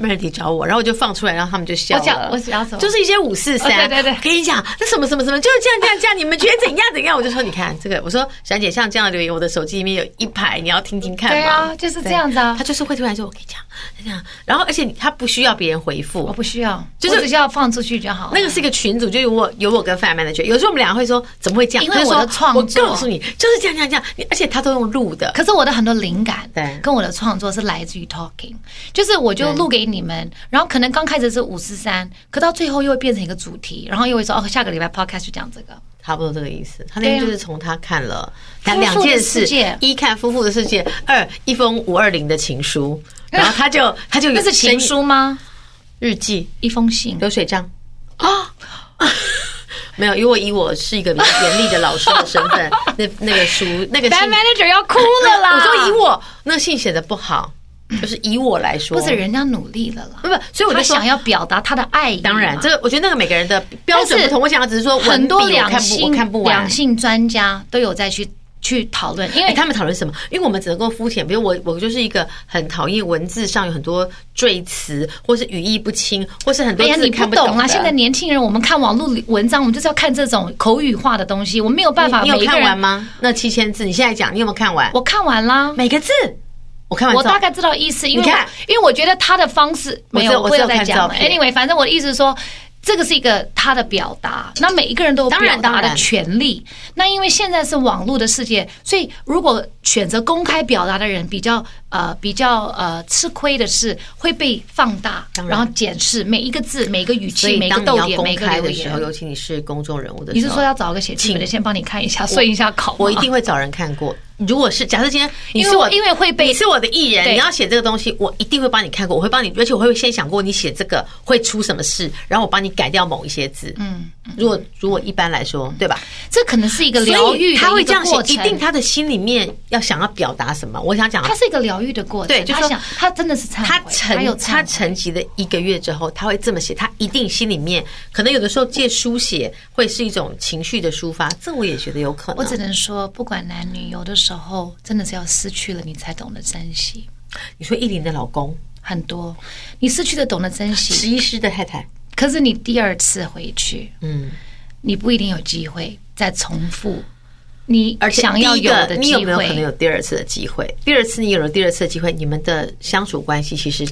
Speaker 1: Melody 找我，然后我就放出来，然后他们就笑
Speaker 2: 我讲
Speaker 1: 了。
Speaker 2: 我讲什么
Speaker 1: 就是一些五四
Speaker 2: 哦
Speaker 1: 三，
Speaker 2: 对对对
Speaker 1: 我跟你讲，那什么什么什么，就是这样这样这样，你们觉得怎样怎样？我就说你看这个，我说小安姐像这样的留言，我的手机里面有一排，你要听听看嘛。
Speaker 2: 对啊就是这样子啊
Speaker 1: 对他就是会突然说，我跟你讲，这样，然后而且他不需要别人回复
Speaker 2: 我，不需要，
Speaker 1: 就是
Speaker 2: 我只需要放出去就好了。
Speaker 1: 那个是一个群组，就有我有我跟范曼的群，有时候我们俩会说怎么会这样？
Speaker 2: 因为
Speaker 1: 他就
Speaker 2: 我
Speaker 1: 说
Speaker 2: 的创
Speaker 1: 我
Speaker 2: 作
Speaker 1: 告诉你就是这样这样这样，你而且他都用录的，
Speaker 2: 可是我的很多灵感，
Speaker 1: 对
Speaker 2: 跟我的创作是来自于 talking，就是我就录给你们，然后可能刚开始是五四三，可到最后又会变成一个主题，然后又会说哦，下个礼拜 podcast 就讲这个。
Speaker 1: 差不多这个意思。他那天
Speaker 2: 对啊
Speaker 1: 就是从他看了他
Speaker 2: 夫妇
Speaker 1: 两件
Speaker 2: 的
Speaker 1: 事
Speaker 2: 世界：
Speaker 1: 一看《夫妇的世界》，二一封五二零的情 书。然后他就他就有
Speaker 2: 那是情
Speaker 1: 深夜
Speaker 2: 书吗？
Speaker 1: 日记
Speaker 2: 一封信。
Speaker 1: 流水账啊， 没有，因为我以我是一个严厉的老师的身 份，那那个书那个信
Speaker 2: Bad manager 要哭了啦！
Speaker 1: 我说以我那信写的不好，就是以我来说，
Speaker 2: 不是人家努力了啦，
Speaker 1: 不不，所以我
Speaker 2: 他
Speaker 1: 就说
Speaker 2: 想。要表达他的爱意嘛。
Speaker 1: 当然，这个我觉得那个每个人的标
Speaker 2: 但
Speaker 1: 准
Speaker 2: 是
Speaker 1: 不同。我想只是说文笔，
Speaker 2: 很多
Speaker 1: 我
Speaker 2: 两
Speaker 1: 看不我看不
Speaker 2: 性
Speaker 1: 完
Speaker 2: 两。性专家都有在去去讨论，因
Speaker 1: 哎、
Speaker 2: 为
Speaker 1: 他们讨论什么？因为我们只能够肤浅，比如我，我就是一个很讨厌文字上有很多赘词，或是语义不清，或是很多
Speaker 2: 哎呀，
Speaker 1: 字
Speaker 2: 你
Speaker 1: 看
Speaker 2: 不
Speaker 1: 懂的。
Speaker 2: 懂啦！现在年轻人，我们看网络文章，我们就是要看这种口语化的东西，我没有办法。
Speaker 1: 你你有看完
Speaker 2: 吗？
Speaker 1: 吗？那七千字，你现在讲，你有没有看完？
Speaker 2: 我看完啦，
Speaker 1: 每个字，我看完
Speaker 2: 我
Speaker 1: 之后
Speaker 2: 大概知道意思，因为
Speaker 1: 你
Speaker 2: 我
Speaker 1: 看
Speaker 2: 因为我觉得他的方式
Speaker 1: 我只
Speaker 2: 没
Speaker 1: 有
Speaker 2: 有，
Speaker 1: 我
Speaker 2: 不
Speaker 1: 只有
Speaker 2: 要再
Speaker 1: 看
Speaker 2: 讲
Speaker 1: 照
Speaker 2: 了。
Speaker 1: 片
Speaker 2: Anyway，反正我的意思是说。这个是一个他的表达，那每一个人都有
Speaker 1: 当然
Speaker 2: 表达
Speaker 1: 当
Speaker 2: 的
Speaker 1: 然
Speaker 2: 权利。那因为现在是网络的世界，所以如果选择公开表达的人，比较呃比较呃吃亏的是会被放大，
Speaker 1: 当然
Speaker 2: 然后检视每一个字、每一个语
Speaker 1: 所
Speaker 2: 气、
Speaker 1: 以
Speaker 2: 每一
Speaker 1: 当
Speaker 2: 个
Speaker 1: 你
Speaker 2: 逗
Speaker 1: 要
Speaker 2: 点、
Speaker 1: 公
Speaker 2: 每一个
Speaker 1: 开
Speaker 2: 留
Speaker 1: 的时
Speaker 2: 言
Speaker 1: 候，。尤其你是公众人物的
Speaker 2: 你
Speaker 1: 时
Speaker 2: 是
Speaker 1: 候，
Speaker 2: 说要找个写剧本的，先帮你看一下，顺一下口吗？
Speaker 1: 嗯我一定会找人看过。如果是假设今天你
Speaker 2: 因为
Speaker 1: 是
Speaker 2: 我
Speaker 1: 我，
Speaker 2: 因为会被
Speaker 1: 你是我的艺人，
Speaker 2: 对
Speaker 1: 你要写这个东西，我一定会帮你看过，我会帮你，而且我会先想过你写这个会出什么事，然后我帮你改掉某一些字。嗯，如果如果一般来说，对吧？
Speaker 2: 这可能是一个疗
Speaker 1: 所
Speaker 2: 愈
Speaker 1: 以
Speaker 2: 的
Speaker 1: 他会
Speaker 2: 一
Speaker 1: 这
Speaker 2: 个
Speaker 1: 样写
Speaker 2: 过，
Speaker 1: 一定
Speaker 2: 程。
Speaker 1: 他的心里面要想要表达什么。我想讲，
Speaker 2: 它是一个疗愈的过程，
Speaker 1: 对就
Speaker 2: 他
Speaker 1: 说
Speaker 2: 想他真的是忏悔，
Speaker 1: 他
Speaker 2: 他有
Speaker 1: 沉他
Speaker 2: 忏悔
Speaker 1: 沉寂了一个月之后，他会这么写，他一定心里面可能有的时候借书写会是一种情绪的抒发，这我也觉得有可
Speaker 2: 我只
Speaker 1: 能。
Speaker 2: 能说，不管男女，有的时候真的是要失去了，你才懂得珍惜。
Speaker 1: 你说依林的老公，
Speaker 2: 很多你失去了，懂得珍惜，
Speaker 1: 十一师的太太，
Speaker 2: 可是你第二次回去，
Speaker 1: 嗯。
Speaker 2: 你不一定有机会再重复你
Speaker 1: 而且
Speaker 2: 想要
Speaker 1: 第一
Speaker 2: 有
Speaker 1: 个
Speaker 2: 的
Speaker 1: 你
Speaker 2: 机
Speaker 1: 有没有可能
Speaker 2: 会。
Speaker 1: 有第二次的机会？第二次你有了第二次的机会，你们的相处关系其实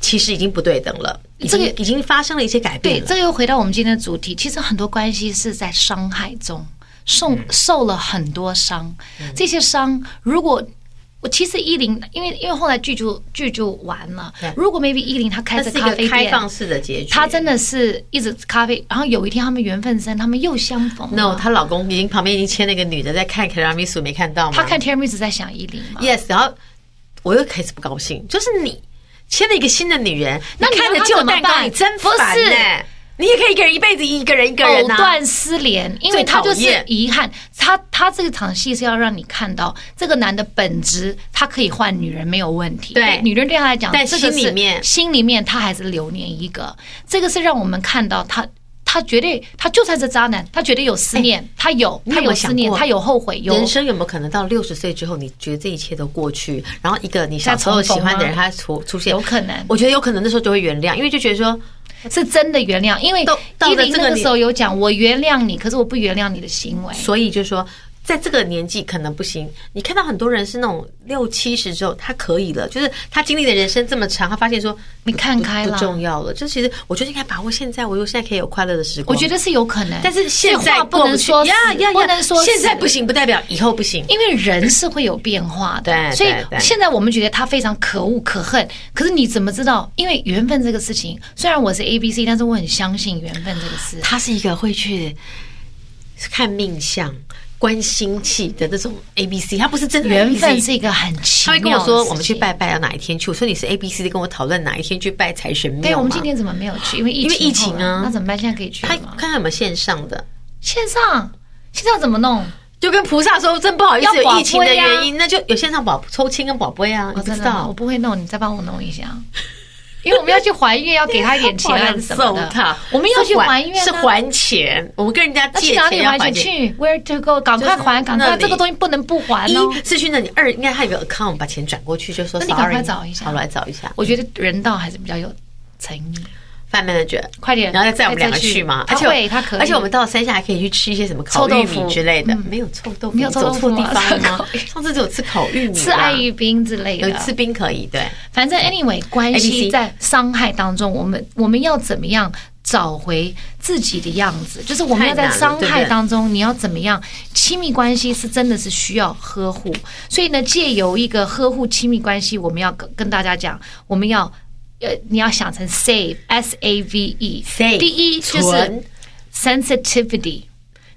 Speaker 1: 其实已经不对等了，已经
Speaker 2: 这个
Speaker 1: 已经发生了一些改
Speaker 2: 对，
Speaker 1: 变了。
Speaker 2: 这又回到我们今天的主题。其实很多关系是在伤害中受
Speaker 1: 嗯
Speaker 2: 受了很多伤，这些伤如果。我其实依林，因为因为后来剧就剧就完了
Speaker 1: 对。
Speaker 2: 如果 maybe 依林她开
Speaker 1: 它
Speaker 2: 着
Speaker 1: 是
Speaker 2: 咖
Speaker 1: 一
Speaker 2: 啡
Speaker 1: 个开
Speaker 2: 店，
Speaker 1: 放式的结局。
Speaker 2: 她真的是一直咖啡，然后有一天他们缘分深，他们又相逢了。
Speaker 1: no，她老公已经旁边已经牵那个女的在看 Karamisu，没看到吗？
Speaker 2: 她看 Terry 一直在想依林嘛。
Speaker 1: yes，然后我又开始不高兴，就是你牵了一个新的女人，
Speaker 2: 那你
Speaker 1: 看着
Speaker 2: 让她
Speaker 1: 就有
Speaker 2: 怎么
Speaker 1: 蛋糕，
Speaker 2: 办
Speaker 1: 你真烦
Speaker 2: 不是
Speaker 1: 呢、你也可以一个人一辈子一个人一个
Speaker 2: 藕
Speaker 1: 人啊呐、
Speaker 2: 断丝连，因为他就是
Speaker 1: 最讨厌
Speaker 2: 遗憾。他他这场戏是要让你看到这个男的本质，他可以换女人没有问题。
Speaker 1: 对
Speaker 2: 女人对他来讲，
Speaker 1: 但
Speaker 2: 这个是
Speaker 1: 心里面
Speaker 2: 心里面他还是留念一个。这个是让我们看到他。他绝对，他就算是渣男，他绝对有思念，他有，
Speaker 1: 哎你有
Speaker 2: 他
Speaker 1: 没有
Speaker 2: 有思
Speaker 1: 想
Speaker 2: 念，
Speaker 1: 过
Speaker 2: 他有后悔，有
Speaker 1: 人生有没有可能到六十岁之后，你觉得这一切都过去，然后一个你小时候
Speaker 2: 再重
Speaker 1: 喜
Speaker 2: 逢吗
Speaker 1: 欢的人他出出现，
Speaker 2: 有可能
Speaker 1: 我觉得有可能那时候就会原谅，因为就觉得说，
Speaker 2: 是真的原谅。因为
Speaker 1: 到到了
Speaker 2: 依林
Speaker 1: 这个
Speaker 2: 那个
Speaker 1: 年
Speaker 2: 时候有讲，我原谅你，可是我不原谅你的行为。
Speaker 1: 所以就说。在这个年纪可能不行，你看到很多人是那种六七十之后他可以了，就是他经历的人生这么长，他发现说
Speaker 2: 你看开
Speaker 1: 不
Speaker 2: 了，
Speaker 1: 重要了。就其实我觉得应该把握现在，我有现在可以有快乐的时光。
Speaker 2: 我觉得是有可能。
Speaker 1: 但是现
Speaker 2: 这
Speaker 1: 在
Speaker 2: 话不
Speaker 1: 过
Speaker 2: 能
Speaker 1: 去
Speaker 2: 说死
Speaker 1: 呀呀呀，
Speaker 2: 不能说
Speaker 1: 现在
Speaker 2: 死
Speaker 1: 不行，不代表以后不行。
Speaker 2: 因为人是会有变化的，
Speaker 1: 对
Speaker 2: 所以
Speaker 1: 对对
Speaker 2: 现在我们觉得他非常可恶可恨。可是你怎么知道？因为缘分这个事情，虽然我是 A B C，但是我很相信缘分这个事。
Speaker 1: 他是一个会去看命相、观心气的那种 A B C，他不是真的
Speaker 2: 缘分
Speaker 1: ABC
Speaker 2: 是一个很奇
Speaker 1: 他会
Speaker 2: 妙的事情。
Speaker 1: 跟我说我们去拜拜要哪一天去，我说你是 A B C 的，跟我讨论哪一天去拜财神庙
Speaker 2: 对，我们
Speaker 1: 吗
Speaker 2: 今天怎么没有去？因为疫
Speaker 1: 因为疫
Speaker 2: 情后
Speaker 1: 情啊
Speaker 2: 那怎么办？现在可以去
Speaker 1: 他
Speaker 2: 吗
Speaker 1: 看？看有没有线上的，
Speaker 2: 线上线上怎么弄？
Speaker 1: 就跟菩萨说真不好意
Speaker 2: 要
Speaker 1: 思，有
Speaker 2: 保
Speaker 1: 疫情的
Speaker 2: 杯啊
Speaker 1: 原因，那就有线上保抽签跟保杯啊，你
Speaker 2: 我
Speaker 1: 不
Speaker 2: 哦真
Speaker 1: 知
Speaker 2: 的吗我
Speaker 1: 道。
Speaker 2: 不会弄，你再帮我弄一下。因为我们要去还愿，要 给他一点钱还是什么
Speaker 1: 我
Speaker 2: 的
Speaker 1: 想揍他。
Speaker 2: 我们要去
Speaker 1: 是
Speaker 2: 还愿啊
Speaker 1: 是还钱，我们跟人家
Speaker 2: 那
Speaker 1: 借
Speaker 2: 去哪里
Speaker 1: 钱要
Speaker 2: 还
Speaker 1: 还
Speaker 2: 钱？
Speaker 1: 钱。
Speaker 2: 去 Where to go？赶快还，赶
Speaker 1: 那
Speaker 2: 快！
Speaker 1: 里
Speaker 2: 这个东西不能不还哦。
Speaker 1: 一是去那里，二应该还有个 account 把钱转过去，就说
Speaker 2: 那你赶
Speaker 1: sorry，
Speaker 2: 快找一下
Speaker 1: 好，我来找一下。
Speaker 2: 我觉得人道还是比较有诚意。
Speaker 1: 范 manager，
Speaker 2: 快点
Speaker 1: 然后再载我们两个
Speaker 2: 再去
Speaker 1: 去嘛。
Speaker 2: 他
Speaker 1: 而且我
Speaker 2: 会他可以
Speaker 1: 而且我们到山下还可以去吃一些什么烤
Speaker 2: 臭豆
Speaker 1: 玉
Speaker 2: 腐
Speaker 1: 米之类的，没有臭豆腐，
Speaker 2: 没有臭豆腐
Speaker 1: 你走
Speaker 2: 吗
Speaker 1: 错地方 了
Speaker 2: 烤
Speaker 1: 吗
Speaker 2: 玉？
Speaker 1: 上次只有吃烤玉米啦，啊
Speaker 2: 吃啊爱玉冰之类
Speaker 1: 有
Speaker 2: 的
Speaker 1: 一，次冰可以对。
Speaker 2: 反正 anyway，关系
Speaker 1: ABC
Speaker 2: 在伤害当中，我们我们要怎么样找回自己的样子？就是我们要在伤
Speaker 1: 太难了
Speaker 2: 害
Speaker 1: 对不对
Speaker 2: 当中，你要怎么样？亲密关系是真的是需要呵护，所以呢，借由一个呵护亲密关系，我们要跟跟大家讲，我们要呃，你要想成 save s a v e
Speaker 1: Save，
Speaker 2: 第一就是
Speaker 1: 存
Speaker 2: sensitivity。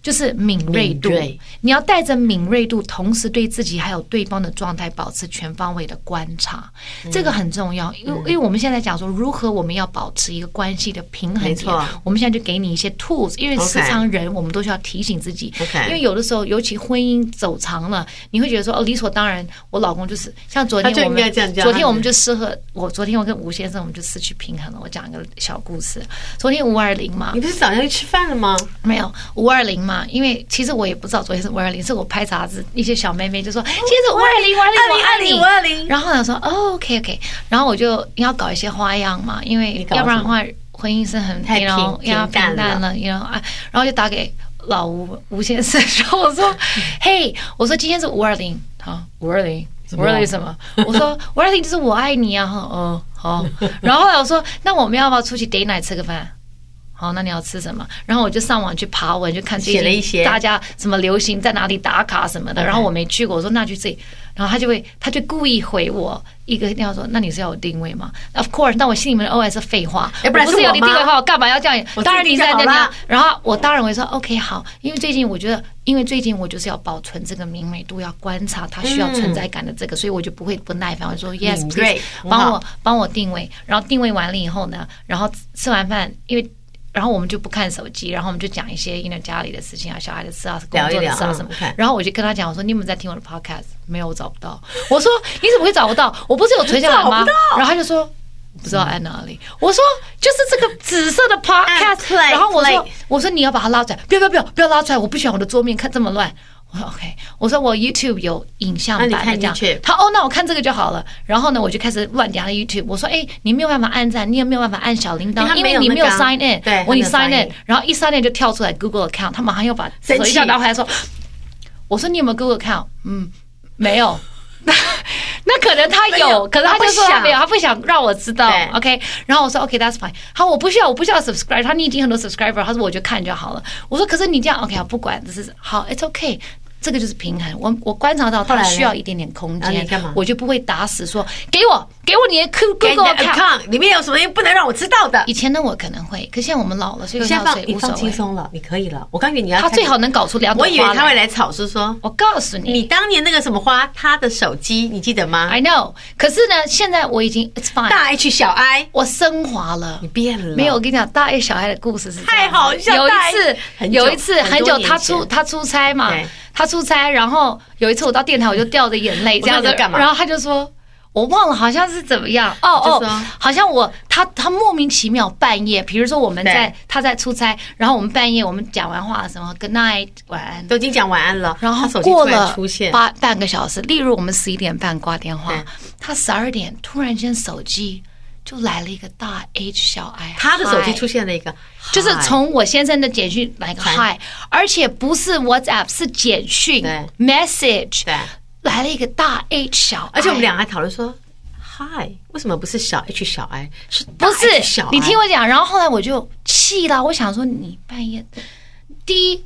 Speaker 2: 就是敏锐度
Speaker 1: 敏锐
Speaker 2: 你要带着敏锐度，同时对自己还有对方的状态保持全方位的观察，
Speaker 1: 嗯
Speaker 2: 这个很重要。因为、因为我们现在讲说，如何我们要保持一个关系的平衡
Speaker 1: 没
Speaker 2: 点
Speaker 1: 错，
Speaker 2: 我们现在就给你一些 tools，因为
Speaker 1: OK
Speaker 2: 时常人我们都需要提醒自己
Speaker 1: OK
Speaker 2: 因为有的时候，尤其婚姻走长了，你会觉得说哦，理所当然，我老公就是像昨
Speaker 1: 啊他就
Speaker 2: 天我
Speaker 1: 应该
Speaker 2: 们
Speaker 1: 这样这样
Speaker 2: 昨天我们就适合我昨天我跟吴先生我们就失去平衡了。我讲一个小故事，昨天五二零嘛，
Speaker 1: 你不是早上去吃饭了吗？
Speaker 2: 没有五二零嘛，因为其实我也不知道昨天是五二零，是我拍杂志，一些小妹妹就说今天是五二零，五二零，我爱你
Speaker 1: 520
Speaker 2: 然后呢说哦，OK OK，然后我就要搞一些花样嘛，因为
Speaker 1: 你搞
Speaker 2: 要不然
Speaker 1: 什
Speaker 2: 的
Speaker 1: 么
Speaker 2: 话婚姻是很
Speaker 1: 太
Speaker 2: you know，
Speaker 1: 平
Speaker 2: 要
Speaker 1: 平淡
Speaker 2: 平淡了，you know，啊，然后就打给老吴吴先生，然后我说 嘿，我说今天是五二零，好，五二零。五
Speaker 1: 么
Speaker 2: 二零什么？我说 五二零就是我爱你啊！哈，哦，好。然后后来我说，那我们要不要出去 day night 吃个饭？好，那你要吃什么？然后我就上网去爬文，就看最近
Speaker 1: 写了一些嗯
Speaker 2: 大家什么流行在哪里打卡什么的。然后我没去过，我说那去这里，然后他就会他就故意回我一个一定要说，那你是要有定位吗？Of course，那我心里面的 OS 是废话，
Speaker 1: 哎不然
Speaker 2: 我
Speaker 1: 是
Speaker 2: 不是
Speaker 1: 我
Speaker 2: 有你定位
Speaker 1: 吗
Speaker 2: 的话，我干嘛要这样？
Speaker 1: 我自己
Speaker 2: 当然你
Speaker 1: 定
Speaker 2: 在
Speaker 1: 就
Speaker 2: 那
Speaker 1: 好
Speaker 2: 边
Speaker 1: 啦，
Speaker 2: 然后我当然会说 OK 好，因为最近我觉得，因为最近我就是要保存这个敏锐度，要观察他需要
Speaker 1: 嗯
Speaker 2: 存在感的这个，所以我就不会不耐烦，我说 Yes
Speaker 1: 敏
Speaker 2: please
Speaker 1: 锐嗯
Speaker 2: 帮
Speaker 1: 很
Speaker 2: 我
Speaker 1: 好
Speaker 2: 帮我定位，然后定位完了以后呢，然后吃完饭因为。然后我们就不看手机，然后我们就讲一些因为家里的事情啊、小孩的事啊、工
Speaker 1: 聊一
Speaker 2: 作的
Speaker 1: 聊
Speaker 2: 事啊
Speaker 1: 嗯
Speaker 2: 什么。
Speaker 1: ，OK
Speaker 2: 然后我就跟他讲，我说你有没有在听我的 podcast？没有，我找不到。我说你怎么会找不到？我不是有存下来吗
Speaker 1: 找不到？
Speaker 2: 然后他就说不知道在哪里。我说就是这个紫色的 podcast。
Speaker 1: 按 play，
Speaker 2: 然后我
Speaker 1: play
Speaker 2: 说我说你要把它拉出来，不要不要不要不要拉出来，我不喜欢我的桌面看这么乱。我说 OK，我说我 YouTube 有影像版
Speaker 1: 那你
Speaker 2: 的
Speaker 1: 看
Speaker 2: 这样
Speaker 1: YouTube，
Speaker 2: 他哦，那我看这个就好了。然后呢，我就开始乱点他的 YouTube。我说，哎，你没有办法按赞，你也没有办法按小铃
Speaker 1: 因为
Speaker 2: 铛，
Speaker 1: 他
Speaker 2: 因
Speaker 1: 没
Speaker 2: 为
Speaker 1: 有
Speaker 2: 你没有
Speaker 1: 那个啊
Speaker 2: sign in。
Speaker 1: 对
Speaker 2: 我说你
Speaker 1: 他没
Speaker 2: sign
Speaker 1: 有 sign
Speaker 2: in，
Speaker 1: in
Speaker 2: 然后一 sign in 就跳出来 Google account，他马上又把
Speaker 1: 生
Speaker 2: 手
Speaker 1: 气
Speaker 2: 机要拿回来说，我说你有没有 Google 看？嗯，没有。 那可能他有，可能他就说他没有，他不想让我知道
Speaker 1: 对。
Speaker 2: OK，然后我说 OK，that's、fine。好，我不需要，我不需要 subscribe。他你已经很多 subscriber，他说我就看就好了。我说可是你这样 OK，好不管，这是好，it's OK。这个就是平衡。我我观察到
Speaker 1: 后
Speaker 2: 他
Speaker 1: 来呢
Speaker 2: 需要一点点空
Speaker 1: 然后啊
Speaker 2: 间
Speaker 1: 你干嘛，
Speaker 2: 我就不会打死说给我给我你的 Q-
Speaker 1: 给你的
Speaker 2: Google account。
Speaker 1: account 里面有什么东西不能让我知道的
Speaker 2: 以？前呢，我可能会，可现在我们老了，所以
Speaker 1: 你现在放
Speaker 2: 谁
Speaker 1: 你
Speaker 2: 无所
Speaker 1: 放轻
Speaker 2: 谓。
Speaker 1: 松了，你可以了。我告诉你，你要
Speaker 2: 他
Speaker 1: 开
Speaker 2: 最好能搞出两朵
Speaker 1: 我
Speaker 2: 花
Speaker 1: 以为他会
Speaker 2: 来。
Speaker 1: 来吵，是说
Speaker 2: 我告诉你，
Speaker 1: 你当年那个什么花，他的手机，你记得吗？
Speaker 2: I know，可是呢，现在我已经 it's fine，
Speaker 1: 大 H 小 I，
Speaker 2: 我升华了
Speaker 1: 你。变了，
Speaker 2: 没有，我跟你讲，大 A 小孩的故事是这样
Speaker 1: 太
Speaker 2: 的
Speaker 1: 好笑
Speaker 2: 有一
Speaker 1: 大 A
Speaker 2: 次，
Speaker 1: 很久
Speaker 2: 有一次
Speaker 1: 很
Speaker 2: 很
Speaker 1: 多
Speaker 2: 久，
Speaker 1: 年
Speaker 2: 他出
Speaker 1: 前
Speaker 2: 他出差嘛
Speaker 1: 对，
Speaker 2: 他出差，然后有一次我到电台，我就掉着眼泪
Speaker 1: 我
Speaker 2: 这样
Speaker 1: 说
Speaker 2: 子
Speaker 1: 你，干嘛
Speaker 2: 然后他就说。我忘了，好像是怎么样？哦
Speaker 1: 就
Speaker 2: 哦
Speaker 1: 说，
Speaker 2: 好像我他他莫名其妙半夜，比如说我们在
Speaker 1: 对
Speaker 2: 他在出差，然后我们半夜我们讲完话什么 good night 晚安，
Speaker 1: 都已经讲晚安了，
Speaker 2: 然后
Speaker 1: 他手机
Speaker 2: 过
Speaker 1: 突然
Speaker 2: 了
Speaker 1: 出现，
Speaker 2: 八半个小时，例如我们十一点半挂电话
Speaker 1: 对，
Speaker 2: 他十二点突然间手机就来了一个大 H 小 I，
Speaker 1: 他的手机
Speaker 2: hi
Speaker 1: 出现了一个，
Speaker 2: 就是
Speaker 1: 嗨
Speaker 2: 从我先生的简讯来个
Speaker 1: 传
Speaker 2: hi，而且不是 WhatsApp 是简讯
Speaker 1: 对
Speaker 2: message，
Speaker 1: 对
Speaker 2: 来了一个大 H 小
Speaker 1: 而
Speaker 2: I，
Speaker 1: 且我们俩还讨论说，嗨，为什么不是小 H 小 I，是大
Speaker 2: 不是
Speaker 1: H 小 I？
Speaker 2: 你听我讲，然后后来我就气了，我想说你半夜第一。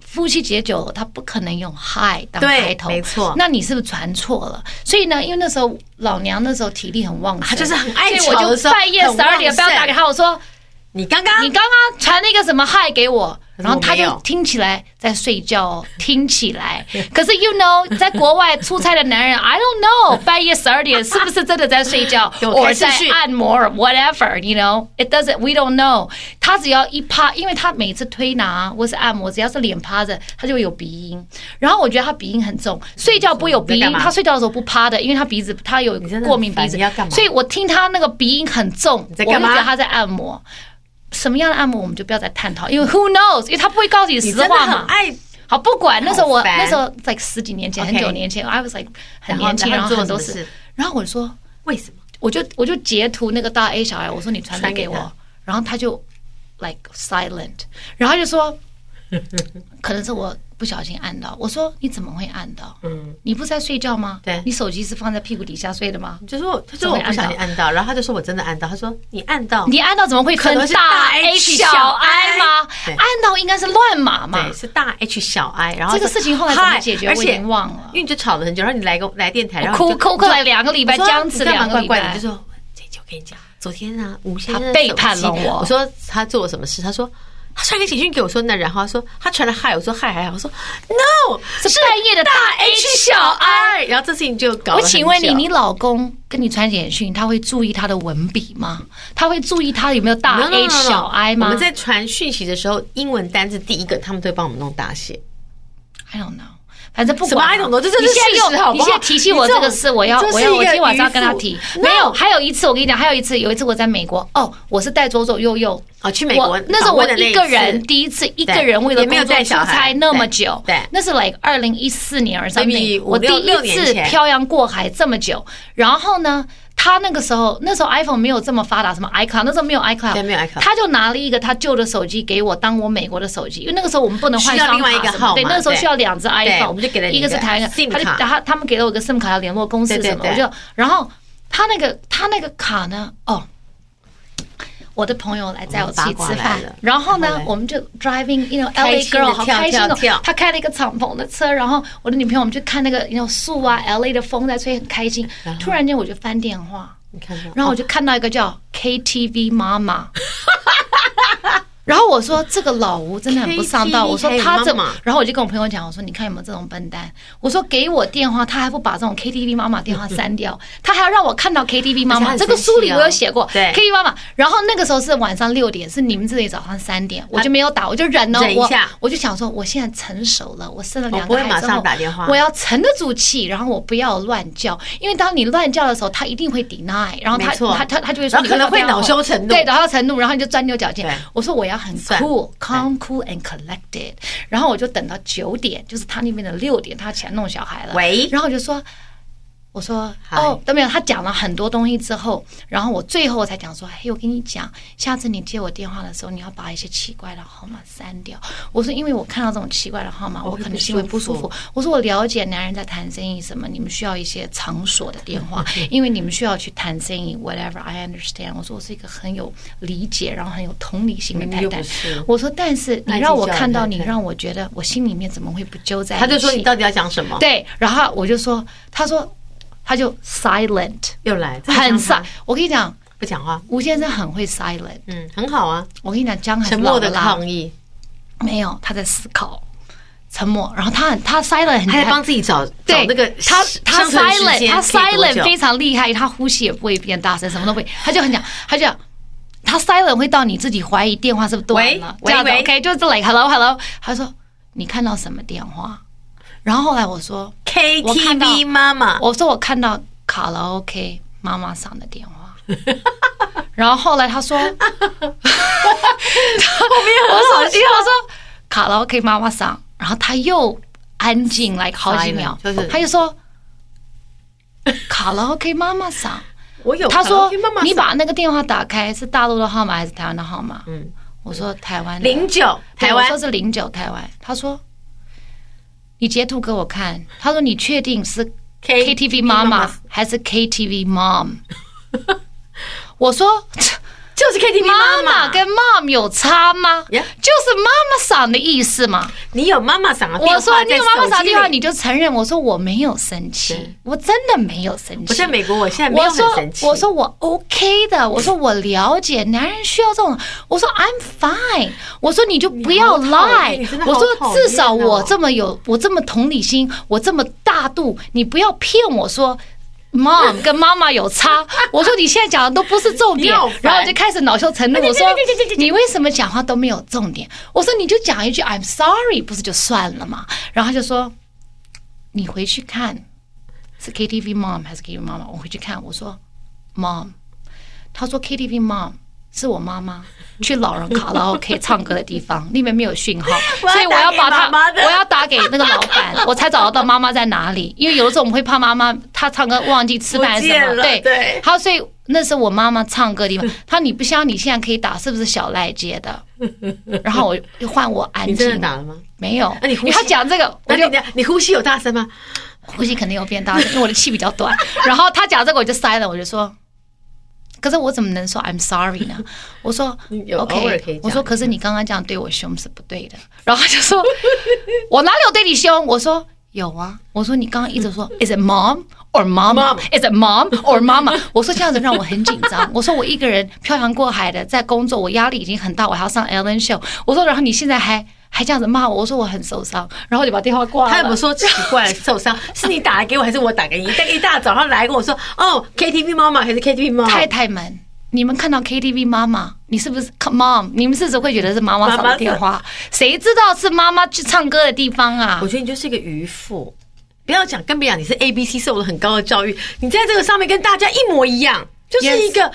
Speaker 2: 夫妻解酒了，他不可能用 hi 当
Speaker 1: 对
Speaker 2: 开头，
Speaker 1: 没错
Speaker 2: 那你是不是传错了？所以呢，因为那时候老娘那时候体力很旺盛，
Speaker 1: 她就是很爱
Speaker 2: 所以
Speaker 1: 吵
Speaker 2: 我
Speaker 1: 的
Speaker 2: 就
Speaker 1: 时候
Speaker 2: 半夜
Speaker 1: 很
Speaker 2: 十二点
Speaker 1: 旺盛
Speaker 2: 半打给他，我说
Speaker 1: 你刚刚
Speaker 2: 你刚刚传了一个什么 hi 给我，
Speaker 1: 可是我
Speaker 2: 然后他
Speaker 1: 没
Speaker 2: 就
Speaker 1: 有
Speaker 2: 听起来在睡觉哦，听起来。 可是 you know，在国外出差的男人，I don't know，半夜十二点是不是真的在睡觉，
Speaker 1: 有
Speaker 2: 或
Speaker 1: 开视
Speaker 2: 在
Speaker 1: 讯
Speaker 2: 按摩，whatever，you know，it doesn't，we don't know。他只要一趴，因为他每次推拿或是按摩，只要是脸趴着，他就会有鼻音。然后我觉得他鼻音很重，睡觉不有鼻
Speaker 1: 你在干，
Speaker 2: 音
Speaker 1: 嘛
Speaker 2: 他睡觉的时候不趴的，因为他鼻子他有
Speaker 1: 真的很
Speaker 2: 过敏鼻
Speaker 1: 烦
Speaker 2: 子
Speaker 1: 你要干，嘛
Speaker 2: 所以我听他那个鼻音很重，我
Speaker 1: 在
Speaker 2: 就
Speaker 1: 干嘛
Speaker 2: 觉得他在按摩。什么样的按摩我们就不要再探讨，因为 who knows，因为他不会告诉
Speaker 1: 嗯
Speaker 2: 你
Speaker 1: 你
Speaker 2: 实
Speaker 1: 真的
Speaker 2: 话
Speaker 1: 很
Speaker 2: 嘛。
Speaker 1: 爱
Speaker 2: 好，不管那时候我
Speaker 1: 好烦
Speaker 2: 那时候 like 十几年前，
Speaker 1: OK
Speaker 2: 很久年前，I was like 很
Speaker 1: 然后
Speaker 2: 年轻，
Speaker 1: 呢
Speaker 2: 然后很多
Speaker 1: 做什么
Speaker 2: 事
Speaker 1: 事，
Speaker 2: 然后我就说，
Speaker 1: 为什么？
Speaker 2: 我就我就截图那个大 A 小孩，我说你传
Speaker 1: 传给
Speaker 2: 递给我
Speaker 1: 他，
Speaker 2: 然后他就 like silent，然后他就 说，可能是我不小心按到，我说你怎么会按到？
Speaker 1: 嗯，
Speaker 2: 你不是在睡觉吗？
Speaker 1: 对
Speaker 2: 你手机是放在屁股底下睡的吗？
Speaker 1: 就说他说我不小心按到，然后他就说我真的按到，他说你按到，
Speaker 2: 你按到怎么会分
Speaker 1: 可能是
Speaker 2: 大
Speaker 1: 大
Speaker 2: A
Speaker 1: H
Speaker 2: 小
Speaker 1: 小
Speaker 2: I 吗
Speaker 1: I？对
Speaker 2: 按到应该是乱码嘛
Speaker 1: 对，。是大 H 小 I，然后
Speaker 2: 这个
Speaker 1: 说
Speaker 2: 事情后来怎么
Speaker 1: 嗨
Speaker 2: 解决
Speaker 1: 而
Speaker 2: 我已
Speaker 1: 且
Speaker 2: 经忘了
Speaker 1: 因为你就吵了很久，然后你来个来电台，然后
Speaker 2: 哭
Speaker 1: 你就
Speaker 2: 哭哭了两个礼
Speaker 1: 我
Speaker 2: 拜，
Speaker 1: 说啊
Speaker 2: 僵持
Speaker 1: 你干嘛
Speaker 2: 两个礼
Speaker 1: 怪怪的
Speaker 2: 拜
Speaker 1: 你就。说这就跟你讲，昨天啊，吴先生
Speaker 2: 他
Speaker 1: 的
Speaker 2: 背叛了
Speaker 1: 手机
Speaker 2: 我
Speaker 1: 我说他做了什么事？他说。他传个简讯给我说，那然后他说他传了嗨，我说嗨还好，我说 no
Speaker 2: 是半夜的大 H 小 I
Speaker 1: 然后这事情就搞了
Speaker 2: 我
Speaker 1: 很久。
Speaker 2: 请问你，你老公跟你传简讯，他会注意他的文笔吗？他会注意他有没有大
Speaker 1: No, no, no,
Speaker 2: H
Speaker 1: no, no
Speaker 2: 小 I
Speaker 1: 我
Speaker 2: 吗
Speaker 1: 们在传讯息的时候，英文单字第一个他们都会帮我们弄大写。
Speaker 2: ？I don't know，反正不
Speaker 1: 什么
Speaker 2: 管
Speaker 1: I don't know，这
Speaker 2: 你
Speaker 1: 这是
Speaker 2: 现在
Speaker 1: 事实好不
Speaker 2: 又你
Speaker 1: 好
Speaker 2: 现在提醒我
Speaker 1: 你这
Speaker 2: 这
Speaker 1: 种
Speaker 2: 个事，我要
Speaker 1: 这是
Speaker 2: 我要
Speaker 1: 一
Speaker 2: 我
Speaker 1: 个
Speaker 2: 今天晚上要跟他
Speaker 1: 迂腐
Speaker 2: 提。
Speaker 1: No
Speaker 2: 没有，还有一次我跟你讲，还有一次有一次我在美国哦，我是带左左右右
Speaker 1: 哦，去美国
Speaker 2: 我那时候
Speaker 1: 访问
Speaker 2: 我
Speaker 1: 的
Speaker 2: 一
Speaker 1: 一
Speaker 2: 个
Speaker 1: 次
Speaker 2: 人第一次一个
Speaker 1: 对
Speaker 2: 人为了
Speaker 1: 也没有
Speaker 2: 工作
Speaker 1: 带
Speaker 2: 出
Speaker 1: 小孩
Speaker 2: 差那么
Speaker 1: 对
Speaker 2: 久，
Speaker 1: 对
Speaker 2: 那是 like 二零一四年而 something，
Speaker 1: Maybe 五
Speaker 2: 我第
Speaker 1: 六六
Speaker 2: 一
Speaker 1: 年
Speaker 2: 次
Speaker 1: 前
Speaker 2: 漂洋过海这么久，然后呢？他那个时候，那时候 iPhone 没有这么发达，什么 iCloud 那时候没有 iCloud，
Speaker 1: 对没有 iCloud
Speaker 2: 他就拿了一个他旧的手机给我当我美国的手机，因为那个时候我们不能换
Speaker 1: 需要
Speaker 2: 双
Speaker 1: 另外一
Speaker 2: 卡
Speaker 1: 个
Speaker 2: 什么的，
Speaker 1: 号
Speaker 2: 对，
Speaker 1: 码
Speaker 2: 那个时候
Speaker 1: 对
Speaker 2: 需要两只 iPhone，
Speaker 1: 我们就给了你
Speaker 2: 一个是
Speaker 1: 一个
Speaker 2: 台湾，
Speaker 1: SIM
Speaker 2: 他就
Speaker 1: 卡
Speaker 2: 他他们给了我一个 SIM 卡要联络公司
Speaker 1: 对对
Speaker 2: 什么，
Speaker 1: 对
Speaker 2: 我就然后他那个他那个卡呢，哦，我的朋友来载我出去
Speaker 1: 我
Speaker 2: 吃
Speaker 1: 嗯们八卦
Speaker 2: 饭
Speaker 1: 来了，
Speaker 2: 然
Speaker 1: 然
Speaker 2: 后
Speaker 1: 后
Speaker 2: 呢
Speaker 1: 嘞，
Speaker 2: 我们就 driving，you know
Speaker 1: 开
Speaker 2: LA
Speaker 1: 心地
Speaker 2: girl，好
Speaker 1: 跳
Speaker 2: 开心
Speaker 1: 跳
Speaker 2: 哦
Speaker 1: 跳。
Speaker 2: 他开了一个敞篷的车，然后我的女朋友我们去看那个有树啊，LA 的风在吹，很开心。
Speaker 1: 嗯
Speaker 2: 突然间我就翻电话，
Speaker 1: 你看到，
Speaker 2: 然后我就看到一个叫 KTV 妈妈。然后我说这个老吴真的很不上道，
Speaker 1: KTV
Speaker 2: 我说他
Speaker 1: 还
Speaker 2: 这
Speaker 1: 有妈妈，
Speaker 2: 然后我就跟我朋友讲，我说你看有没有这种笨蛋？我说给我电话，他还不把这种 KTV 妈妈电话删掉， 他还要让我看到 KTV 妈妈。
Speaker 1: 而且他很
Speaker 2: 这个
Speaker 1: 生气
Speaker 2: 书里
Speaker 1: 哦
Speaker 2: 我有写过
Speaker 1: 对
Speaker 2: ，KTV 妈妈。然后那个时候是晚上六点，是你们这里早上三点，我就没有打，我就忍了，
Speaker 1: 忍一
Speaker 2: 我
Speaker 1: 下
Speaker 2: 我就想说我现在成熟了，我生了两
Speaker 1: 我不
Speaker 2: 个
Speaker 1: 会
Speaker 2: 孩子
Speaker 1: 马上
Speaker 2: 后
Speaker 1: 打电话
Speaker 2: 我要沉得住气，然后我不要乱叫，因为当你乱叫的时候，他一定会 deny，然后他
Speaker 1: 没错
Speaker 2: 他他他就会说
Speaker 1: 然后
Speaker 2: 你
Speaker 1: 可能
Speaker 2: 不要
Speaker 1: 会恼羞成怒
Speaker 2: 对，恼羞成怒，然后你就钻牛角尖
Speaker 1: 对。
Speaker 2: 我说我要很
Speaker 1: 算
Speaker 2: cool、calm、cool and collected，然后我就等到九点，就是他那边的六点，他起来弄小孩了。
Speaker 1: 喂
Speaker 2: 然后我就说。我我说
Speaker 1: 嗨
Speaker 2: 哦，都没有。他讲了很多东西之后，然后我最后才讲说，嘿，我跟你讲，下次你接我电话的时候，你要把一些奇怪的号码删掉。我说，因为我看到这种奇怪的号码，我
Speaker 1: 会
Speaker 2: 可
Speaker 1: 不
Speaker 2: 能心里
Speaker 1: 舒
Speaker 2: 不舒
Speaker 1: 服
Speaker 2: 服。我说，我了解男人在谈生意什么，你们需要一些场所的电 话，因为你们需要去谈生意，whatever I understand。我说，我是一个很有理解，然后很有同理心的
Speaker 1: 嗯
Speaker 2: 太
Speaker 1: 又
Speaker 2: 太
Speaker 1: 不是。
Speaker 2: 我说，但是
Speaker 1: 爱
Speaker 2: 你
Speaker 1: 计
Speaker 2: 让我
Speaker 1: 较的
Speaker 2: 看到
Speaker 1: 太
Speaker 2: 你，
Speaker 1: 太
Speaker 2: 让我觉得我心里面怎么会不揪在一起？
Speaker 1: 他就说你到底要讲什么？，
Speaker 2: 对，然后我就说，他说，他就 silent，
Speaker 1: 又来，这个
Speaker 2: 很
Speaker 1: 想法
Speaker 2: silent。我跟你讲，
Speaker 1: 不讲话，
Speaker 2: 吴先生很会 silent。
Speaker 1: 嗯，很好啊，
Speaker 2: 我跟你讲，姜
Speaker 1: 沉
Speaker 2: 很
Speaker 1: 默
Speaker 2: 老
Speaker 1: 的
Speaker 2: 了啦
Speaker 1: 抗议，
Speaker 2: 没有，他在思考，沉默。然后他很他 silent 很
Speaker 1: 他在帮自己找找
Speaker 2: 对
Speaker 1: 那个
Speaker 2: 他他
Speaker 1: 生存时
Speaker 2: silent
Speaker 1: 间
Speaker 2: 他
Speaker 1: 可以多
Speaker 2: silent
Speaker 1: 久
Speaker 2: 非常厉害，他呼吸也不会变大声，什么都不会，他就很讲，他就讲。他 silent 会到你自己怀疑电话是不是断了，
Speaker 1: 喂
Speaker 2: 这样子
Speaker 1: 喂喂
Speaker 2: OK，就是 like hello hello。他说你看到什么电话？然后后来我说我看到
Speaker 1: KTV 妈 妈，
Speaker 2: 我说我看到卡拉 OK 妈妈桑的电话， 然后后 来他说，我
Speaker 1: 好
Speaker 2: 手机他说卡拉 OK 妈妈桑，然后他又安静来、好几秒
Speaker 1: Silent，就是
Speaker 2: 他就说卡拉 OK 妈妈桑，
Speaker 1: 我有
Speaker 2: 他说
Speaker 1: KTV 妈妈
Speaker 2: 你把那个电话打开是大陆的号码还是台湾的号码？
Speaker 1: 嗯
Speaker 2: 我说台湾的
Speaker 1: 零九
Speaker 2: 对
Speaker 1: 台
Speaker 2: 我
Speaker 1: 湾
Speaker 2: 说是零九台湾，他说你截图给我看，他说你确定是
Speaker 1: K-
Speaker 2: KTV 妈妈还是 KTV mom？我说
Speaker 1: 就是 KTV
Speaker 2: 妈
Speaker 1: 妈
Speaker 2: 妈跟 mom 有差吗
Speaker 1: Yeah
Speaker 2: 就是妈妈嗓的意思嘛。
Speaker 1: 你有妈妈嗓的电话
Speaker 2: 我说你有妈妈嗓的电话，
Speaker 1: 在手机里
Speaker 2: 你就承认。我说我没有生气
Speaker 1: 对，
Speaker 2: 我真的没有生
Speaker 1: 我
Speaker 2: 气
Speaker 1: 在。美国，我现在没
Speaker 2: 我
Speaker 1: 有很
Speaker 2: 说
Speaker 1: 生气，
Speaker 2: 我说我 OK 的，我说我了解，男人需要这种。我说 I'm fine，我说你就不要
Speaker 1: 你好讨厌
Speaker 2: lie，
Speaker 1: 你真的好
Speaker 2: 我说至少我
Speaker 1: 讨厌哦
Speaker 2: 这么有，我这么同理心，我这么大度，你不要骗我说。mom 跟妈妈有差，我说你现在讲的都不是重
Speaker 1: 你
Speaker 2: 点
Speaker 1: 好烦，
Speaker 2: 然后我就开始恼羞成怒。我 说
Speaker 1: 对对对对对对
Speaker 2: 你为什么讲话都没有重点？我说你就讲一句 I'm sorry，不是就算了嘛？然后他就说你回去看是 KTV mom 还是 KTV 妈妈？我回去看，我说 mom，他说 KTV mom 是我妈妈去老人卡拉 OK 唱歌的地方，那边没有讯号，
Speaker 1: 我要
Speaker 2: 所以我要把
Speaker 1: 打给妈妈
Speaker 2: 他，
Speaker 1: 的
Speaker 2: 我要打给那个老板，我才找得到妈妈在哪里。因为有的时候我们会怕妈妈她唱歌忘记吃饭
Speaker 1: 不
Speaker 2: 什
Speaker 1: 见
Speaker 2: 么，
Speaker 1: 了
Speaker 2: 对
Speaker 1: 对
Speaker 2: 好，所以那是我妈妈唱歌的地方。她你不香，你现在可以打，是不是小赖接的？然后我就换我安
Speaker 1: 你真的
Speaker 2: 静，
Speaker 1: 打了吗？
Speaker 2: 没有，
Speaker 1: 那你呼
Speaker 2: 因为她
Speaker 1: 吸
Speaker 2: 讲这个，我
Speaker 1: 那
Speaker 2: 就
Speaker 1: 你的你呼吸有大声吗？
Speaker 2: 呼吸肯定有变大，因为我的 气比较短。然后他讲这个，我就塞了，我就说，可是我怎么能说 I'm sorry 呢？我说
Speaker 1: 你有偶尔可以
Speaker 2: OK，
Speaker 1: 讲嗯
Speaker 2: 我说可是你刚刚这样对我凶是不对的。然后他就说， 我哪里有对你凶？我说。有啊，我说你刚刚一直说 is it mom or mama
Speaker 1: Mom
Speaker 2: is it mom or mama，我说这样子让我很紧张。 我说我一个人漂洋过海的在工作，我压力已经很大，我还要上 Ellen show。我说然后你现在还还这样子骂我，我说我很受伤，然后我就把电话挂了。
Speaker 1: 他有没有说奇怪受伤？是你打来给我，还是我打给你？但一大早上来跟我说，哦，KTV 妈妈还是 KTV 妈
Speaker 2: 太
Speaker 1: 妈？
Speaker 2: 太们，你们看到 KTV 妈妈，你是不是 mom？你们是不是会觉得是妈妈打的电话？谁知道是妈妈去唱歌的地方啊
Speaker 1: 我？觉得你就是一个渔夫，不要讲，更别讲你是 A B C 受了很高的教育，你在这个上面跟大家一模一样，就是一个。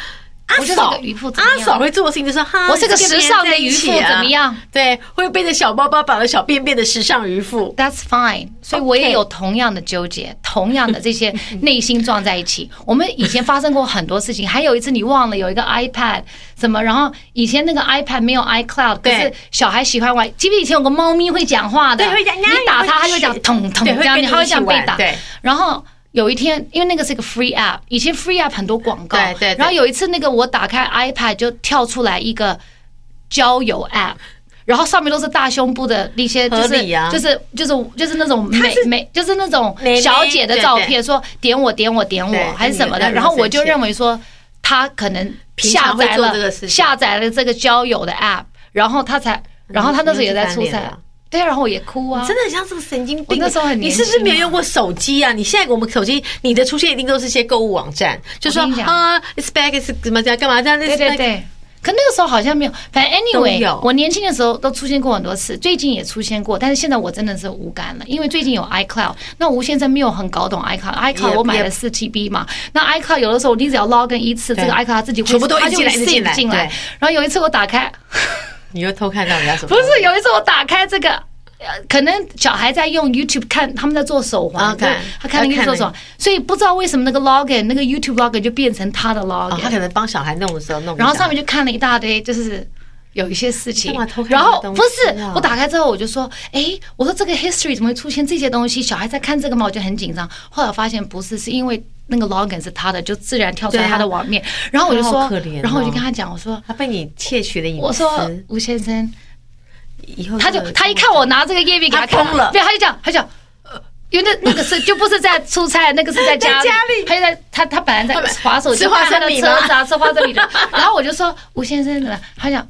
Speaker 1: 阿
Speaker 2: 我就是
Speaker 1: 嫂
Speaker 2: 个渔夫，怎么
Speaker 1: 阿
Speaker 2: 样
Speaker 1: 嫂会做的事情就是哈，
Speaker 2: 我是个
Speaker 1: 你跟别人
Speaker 2: 时尚的
Speaker 1: 在一起
Speaker 2: 渔夫
Speaker 1: 啊
Speaker 2: 怎么样？
Speaker 1: 对，会背着小包包，绑着小便便的时尚渔夫。
Speaker 2: That's fine，所以我也有同样的纠结， 同样的这 些内心撞在一起。我们以前发生过很多事情，还有一次你忘了有一个 iPad 什么，然后以前那个 iPad 没有 iCloud，可
Speaker 1: 对
Speaker 2: 是小孩喜欢玩。记不记得以前有个猫咪会讲话的？
Speaker 1: 对会讲
Speaker 2: 你打它，
Speaker 1: 呀
Speaker 2: 它就会讲
Speaker 1: 会
Speaker 2: 捅捅
Speaker 1: 对
Speaker 2: 这样，
Speaker 1: 会跟
Speaker 2: 你
Speaker 1: 你
Speaker 2: 它会这样被
Speaker 1: 一起玩
Speaker 2: 打
Speaker 1: 对。
Speaker 2: 然后。有一天，因为那个是一个 free app，以前 free app 很多广告，
Speaker 1: 对对对
Speaker 2: 然后有一次，那个我打开 iPad 就跳出来一个交友 app，然后上面都是大胸部的那些，就
Speaker 1: 合
Speaker 2: 是
Speaker 1: 理啊
Speaker 2: 就是就是就是那种美美，就是那种
Speaker 1: 美眉
Speaker 2: 小姐的
Speaker 1: 对
Speaker 2: 照
Speaker 1: 对
Speaker 2: 片，说点我点我点
Speaker 1: 对
Speaker 2: 我还是什么
Speaker 1: 那
Speaker 2: 的，
Speaker 1: 你
Speaker 2: 然后我
Speaker 1: 那你
Speaker 2: 就
Speaker 1: 生气
Speaker 2: 认为说他可能
Speaker 1: 平
Speaker 2: 下
Speaker 1: 常会
Speaker 2: 载
Speaker 1: 做
Speaker 2: 了
Speaker 1: 这个事情
Speaker 2: 下载了这个交友的 app，然后他才，然后他那时候也在出
Speaker 1: 嗯你就去翻
Speaker 2: 差
Speaker 1: 脸了，
Speaker 2: 对，然后我也哭啊，
Speaker 1: 真的很像这个神经病。欸
Speaker 2: 我那时候很
Speaker 1: 你
Speaker 2: 年
Speaker 1: 是
Speaker 2: 轻
Speaker 1: 不是没有用过手机啊？你现在我们手机，你的出现一定都是一些购物网站，就说
Speaker 2: 我跟你讲
Speaker 1: 啊，it's back，是怎么这样干嘛这样？
Speaker 2: 对对对。可那个时候好像没有，反正
Speaker 1: 都
Speaker 2: anyway，
Speaker 1: 有
Speaker 2: 我年轻的时候都出现过很多次，最近也出现过，但是现在我真的是无感了，因为最近有 iCloud，那吴先生没有很搞懂 iCloud，iCloud
Speaker 1: 也
Speaker 2: 我买
Speaker 1: 也
Speaker 2: 了四 TB 嘛，那 iCloud 有的时候你只要 login 一次，这
Speaker 1: 对
Speaker 2: 个 iCloud 它自己会
Speaker 1: 全部都
Speaker 2: 它
Speaker 1: 一
Speaker 2: 就
Speaker 1: 起
Speaker 2: 会
Speaker 1: 来一起
Speaker 2: sync
Speaker 1: 来
Speaker 2: 进来
Speaker 1: 对。
Speaker 2: 然后有一次我打开，
Speaker 1: 你又偷看到人家什么？
Speaker 2: 不是有一次我打开这个呃可能小孩在用 YouTube 看他们在做手环
Speaker 1: OK
Speaker 2: 对他看那个
Speaker 1: 啊他看
Speaker 2: YouTube 做手环，所以不知道为什么那个 login 那个 YouTube login 就变成他的
Speaker 1: 哦，他
Speaker 2: login，
Speaker 1: 可能帮小孩弄的时候弄不到，
Speaker 2: 然后上面就看了一大堆，就是。有一些事情
Speaker 1: 干嘛偷，看
Speaker 2: 然
Speaker 1: 我的
Speaker 2: 后
Speaker 1: 东西
Speaker 2: 不是
Speaker 1: 啊
Speaker 2: 我打开之后我就说，诶，我说这个 history 怎么会出现这些东西？小孩在看这个嘛，我就很紧张。后来我发现不是，是因为那个 login 是他的，就自然跳出来
Speaker 1: 对啊
Speaker 2: 他的网面。然后我就
Speaker 1: 他好
Speaker 2: 说
Speaker 1: 可怜哦，
Speaker 2: 然后我就跟他讲，我说，
Speaker 1: 他被你窃取了隐私，
Speaker 2: 我说吴先生，
Speaker 1: 以后
Speaker 2: 他就他一看我拿这个叶片给
Speaker 1: 他
Speaker 2: 他看，
Speaker 1: 疯了
Speaker 2: 对，他就讲，他就讲。呃因为那那个是就不是在出差，那个是在家
Speaker 1: 在家里
Speaker 2: 他就在他他本来在
Speaker 1: 他本
Speaker 2: 划手
Speaker 1: 吃
Speaker 2: 机，
Speaker 1: 花
Speaker 2: 看他
Speaker 1: 生
Speaker 2: 的
Speaker 1: 米
Speaker 2: 车
Speaker 1: 吗
Speaker 2: 子啊，吃花生 米的。然后我就说吴先生呢，他讲，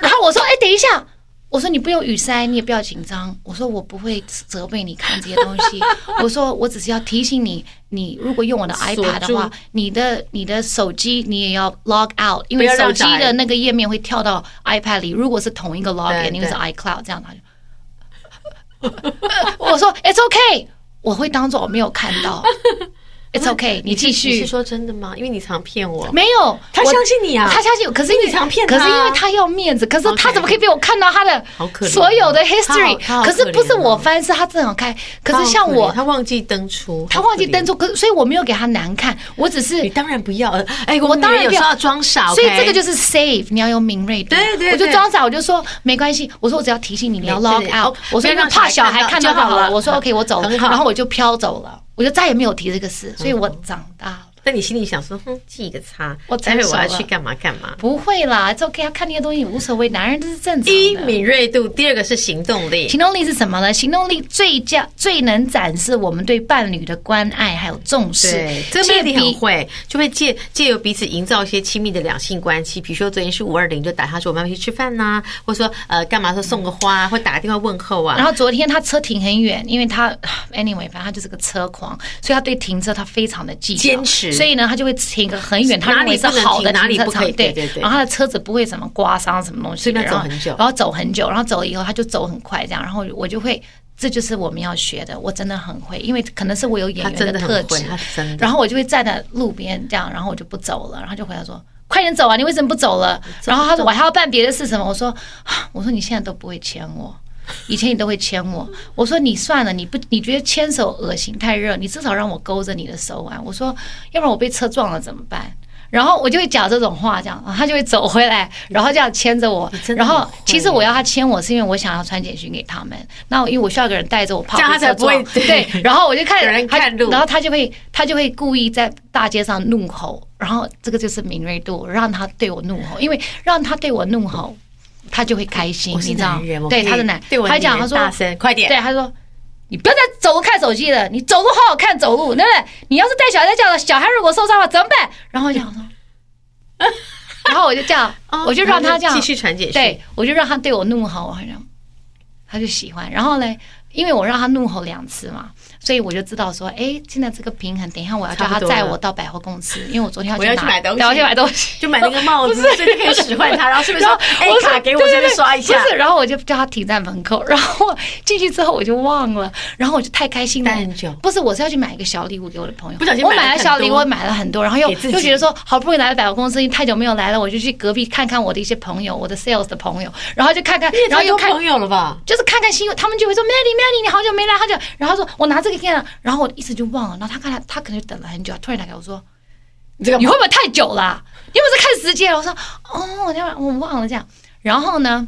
Speaker 2: 然后我说哎、等一下，我说你不用语塞，你也不要紧张，我说我不会责备你看这些东西，我说我只是要提醒你，你如果用我的
Speaker 1: 锁
Speaker 2: iPad 的话
Speaker 1: 住，
Speaker 2: 你的你的手机你也要 log out，因
Speaker 1: 不
Speaker 2: 为
Speaker 1: 要让
Speaker 2: 手机
Speaker 1: 小孩
Speaker 2: 的那个页面会跳到 iPad 里，如果是同一个 login，
Speaker 1: 对
Speaker 2: 因为是 iCloud 这样他就， 我说 It's OK，我会当做我没有看 到，It's OK，你继
Speaker 1: 你是
Speaker 2: 续。
Speaker 1: 说真的吗？因为你常骗我，
Speaker 2: 没有，
Speaker 1: 他
Speaker 2: 我
Speaker 1: 相信你啊
Speaker 2: 他相信我，可是因为
Speaker 1: 你常骗他
Speaker 2: 可
Speaker 1: 啊
Speaker 2: 是因为他要面子，可是
Speaker 1: OK
Speaker 2: 他怎么可以被我看到他的
Speaker 1: 好可怜哦
Speaker 2: 所有的
Speaker 1: 他好
Speaker 2: history？
Speaker 1: 他好
Speaker 2: 可是不是
Speaker 1: 可怜哦
Speaker 2: 我翻，是他正好开。可
Speaker 1: 他好
Speaker 2: 是像
Speaker 1: 可怜
Speaker 2: 我，
Speaker 1: 他忘记登出，
Speaker 2: 他忘记登
Speaker 1: 出，
Speaker 2: 出，可是所以我没有给他难看，我只是
Speaker 1: 你当然不要，呃哎，我
Speaker 2: 我
Speaker 1: 们
Speaker 2: 当
Speaker 1: 女人
Speaker 2: 然
Speaker 1: 有
Speaker 2: 不
Speaker 1: 时
Speaker 2: 要
Speaker 1: 候要装傻，
Speaker 2: 所以
Speaker 1: OK？
Speaker 2: 这个就是 save，你要有敏锐度。
Speaker 1: 对对
Speaker 2: 我就
Speaker 1: 对
Speaker 2: 装傻，我就说没关系，我说我只要提醒你，你要
Speaker 1: 对
Speaker 2: log
Speaker 1: 对
Speaker 2: out，
Speaker 1: 哦
Speaker 2: 我说
Speaker 1: 不要让
Speaker 2: 那怕
Speaker 1: 小
Speaker 2: 小
Speaker 1: 孩
Speaker 2: 孩
Speaker 1: 看
Speaker 2: 看
Speaker 1: 到
Speaker 2: 到
Speaker 1: 就好
Speaker 2: 好
Speaker 1: 了
Speaker 2: 了，我说 OK，我走了，
Speaker 1: 很好
Speaker 2: 然后我就飘走了，我就再也没有提这个事，所以我长大了。
Speaker 1: 那你心里想说，哼，记一个叉，
Speaker 2: 我
Speaker 1: 待会我要
Speaker 2: 成熟了
Speaker 1: 去干嘛干嘛。
Speaker 2: 不会啦，it's OK，他看那些东西无所谓，男人这是正常
Speaker 1: 第一，
Speaker 2: 的。
Speaker 1: 敏锐度；第二个是行动力。
Speaker 2: 行动力是什么呢？行动力最佳最能展示我们对伴侣的关爱还有重视
Speaker 1: 对，，这个
Speaker 2: 借
Speaker 1: 魅力
Speaker 2: 比
Speaker 1: 很会，就会借借由彼此营造一些亲密的两性关系。比如说昨天是五二零，就打他说我们要去吃饭呐、或者说呃干嘛说送个花、啊，或打个电话问候啊
Speaker 2: 然。后昨天他车停很远，因为他 anyway，反正他就是个车狂，所以他对停车他非常的计较
Speaker 1: 坚持
Speaker 2: 所以呢，他就会停个很远，他
Speaker 1: 哪
Speaker 2: 认
Speaker 1: 里
Speaker 2: 为是好的
Speaker 1: 不能停哪里
Speaker 2: 停车
Speaker 1: 不
Speaker 2: 场，
Speaker 1: 可以
Speaker 2: 对
Speaker 1: 对对对
Speaker 2: 然后他的车子不会什么刮伤什么东西
Speaker 1: 所
Speaker 2: 的，
Speaker 1: 以他
Speaker 2: 然
Speaker 1: 走
Speaker 2: 后
Speaker 1: 很久
Speaker 2: 然后走很久，然后走了以后他就走很快这样，然后我就会。这就是我们要学的，我真的很会，因为可能是我有演
Speaker 1: 他真
Speaker 2: 员
Speaker 1: 的很
Speaker 2: 特
Speaker 1: 会
Speaker 2: 质
Speaker 1: 他真的，
Speaker 2: 然后我就会站在路边这样，然后我就不走了，然后就回来说：“快点走啊，你为什么不走了？”然后他说：“我还要办别的事什么？”我说：“ 啊我说你现在都不会牵我，以前你都会牵我。”我说：“你算了，你不你觉得牵手恶心太热，你至少让我勾着你的手腕。”我说：“要不然我被车撞了怎么办？”然后我就会讲这种话，这样，然后他就会走回来，然后这样牵着我
Speaker 1: 嗯真。的
Speaker 2: 然后
Speaker 1: 很会
Speaker 2: 其实我要他牵我，是因为我想要传简讯给他们。那我因为我需要一个人带着我，怕我
Speaker 1: 这样
Speaker 2: 被
Speaker 1: 他才
Speaker 2: 车
Speaker 1: 不会
Speaker 2: 撞对。然后我就看。
Speaker 1: 有人
Speaker 2: 他
Speaker 1: 看路
Speaker 2: 然后他就会他就会故意在大街上怒吼，然后这个就是敏锐度，让他对我怒吼，因为让他对我怒吼，他就会开心，
Speaker 1: 我是
Speaker 2: 你知道
Speaker 1: 男人，我？
Speaker 2: 对
Speaker 1: 可以
Speaker 2: 他的男，
Speaker 1: 对我的
Speaker 2: 他讲
Speaker 1: 女
Speaker 2: 他
Speaker 1: 人
Speaker 2: 说
Speaker 1: 大声快点，
Speaker 2: 对他说。你不要再走路看手机了，你走路好好看走路，对不对？你要是带小孩在家了，小孩如果受伤了怎么办？然后我 想说，然后我就这样，
Speaker 1: 哦
Speaker 2: 我就让他这样
Speaker 1: 然后就继续传简讯
Speaker 2: 对，我就让他对我怒吼，我好像他就喜欢。然后呢，因为我让他怒吼两次嘛，所以我就知道说，哎，现在这个平衡，等一下我要叫
Speaker 1: 差不
Speaker 2: 他
Speaker 1: 多
Speaker 2: 载
Speaker 1: 了
Speaker 2: 我到百货公司，因为我昨天要
Speaker 1: 我要
Speaker 2: 拿
Speaker 1: 去买东西
Speaker 2: 对我要去买东西。
Speaker 1: 就买那个帽子，所以就可以使 唤他。然后顺便说，哎
Speaker 2: 我，说
Speaker 1: 卡给我
Speaker 2: 对
Speaker 1: 这
Speaker 2: 对
Speaker 1: 边
Speaker 2: 对
Speaker 1: 刷一下
Speaker 2: 不。是，然后我就叫他停在门口，然后我进去之后我就忘了，然后我就太开心了。
Speaker 1: 待很久
Speaker 2: 不是，我是要去买一个小礼物给我的朋友，
Speaker 1: 不小心
Speaker 2: 我
Speaker 1: 买了
Speaker 2: 买
Speaker 1: 很
Speaker 2: 了小礼物，
Speaker 1: 多
Speaker 2: 我买了很多，然后又
Speaker 1: 给自己
Speaker 2: 又觉得说好不容易来了百货公司，因为太久没有来了，我就去隔壁看看我的一些朋友，我的 sales 的朋友，然后就看看
Speaker 1: 你也，
Speaker 2: 然后
Speaker 1: 太
Speaker 2: 又
Speaker 1: 多
Speaker 2: 看。
Speaker 1: 朋友了吧？
Speaker 2: 就是看看新闻，他们就会说 Mandy Mandy 你好久没来，好久。然后他说我拿这个给你，然后我一直就忘了。然后他看他他可能就等了很久，突然打给我说
Speaker 1: 这个
Speaker 2: 你会不会太久啦、你有没有在看时间？我说哦，我那晚我忘了这样。然后呢，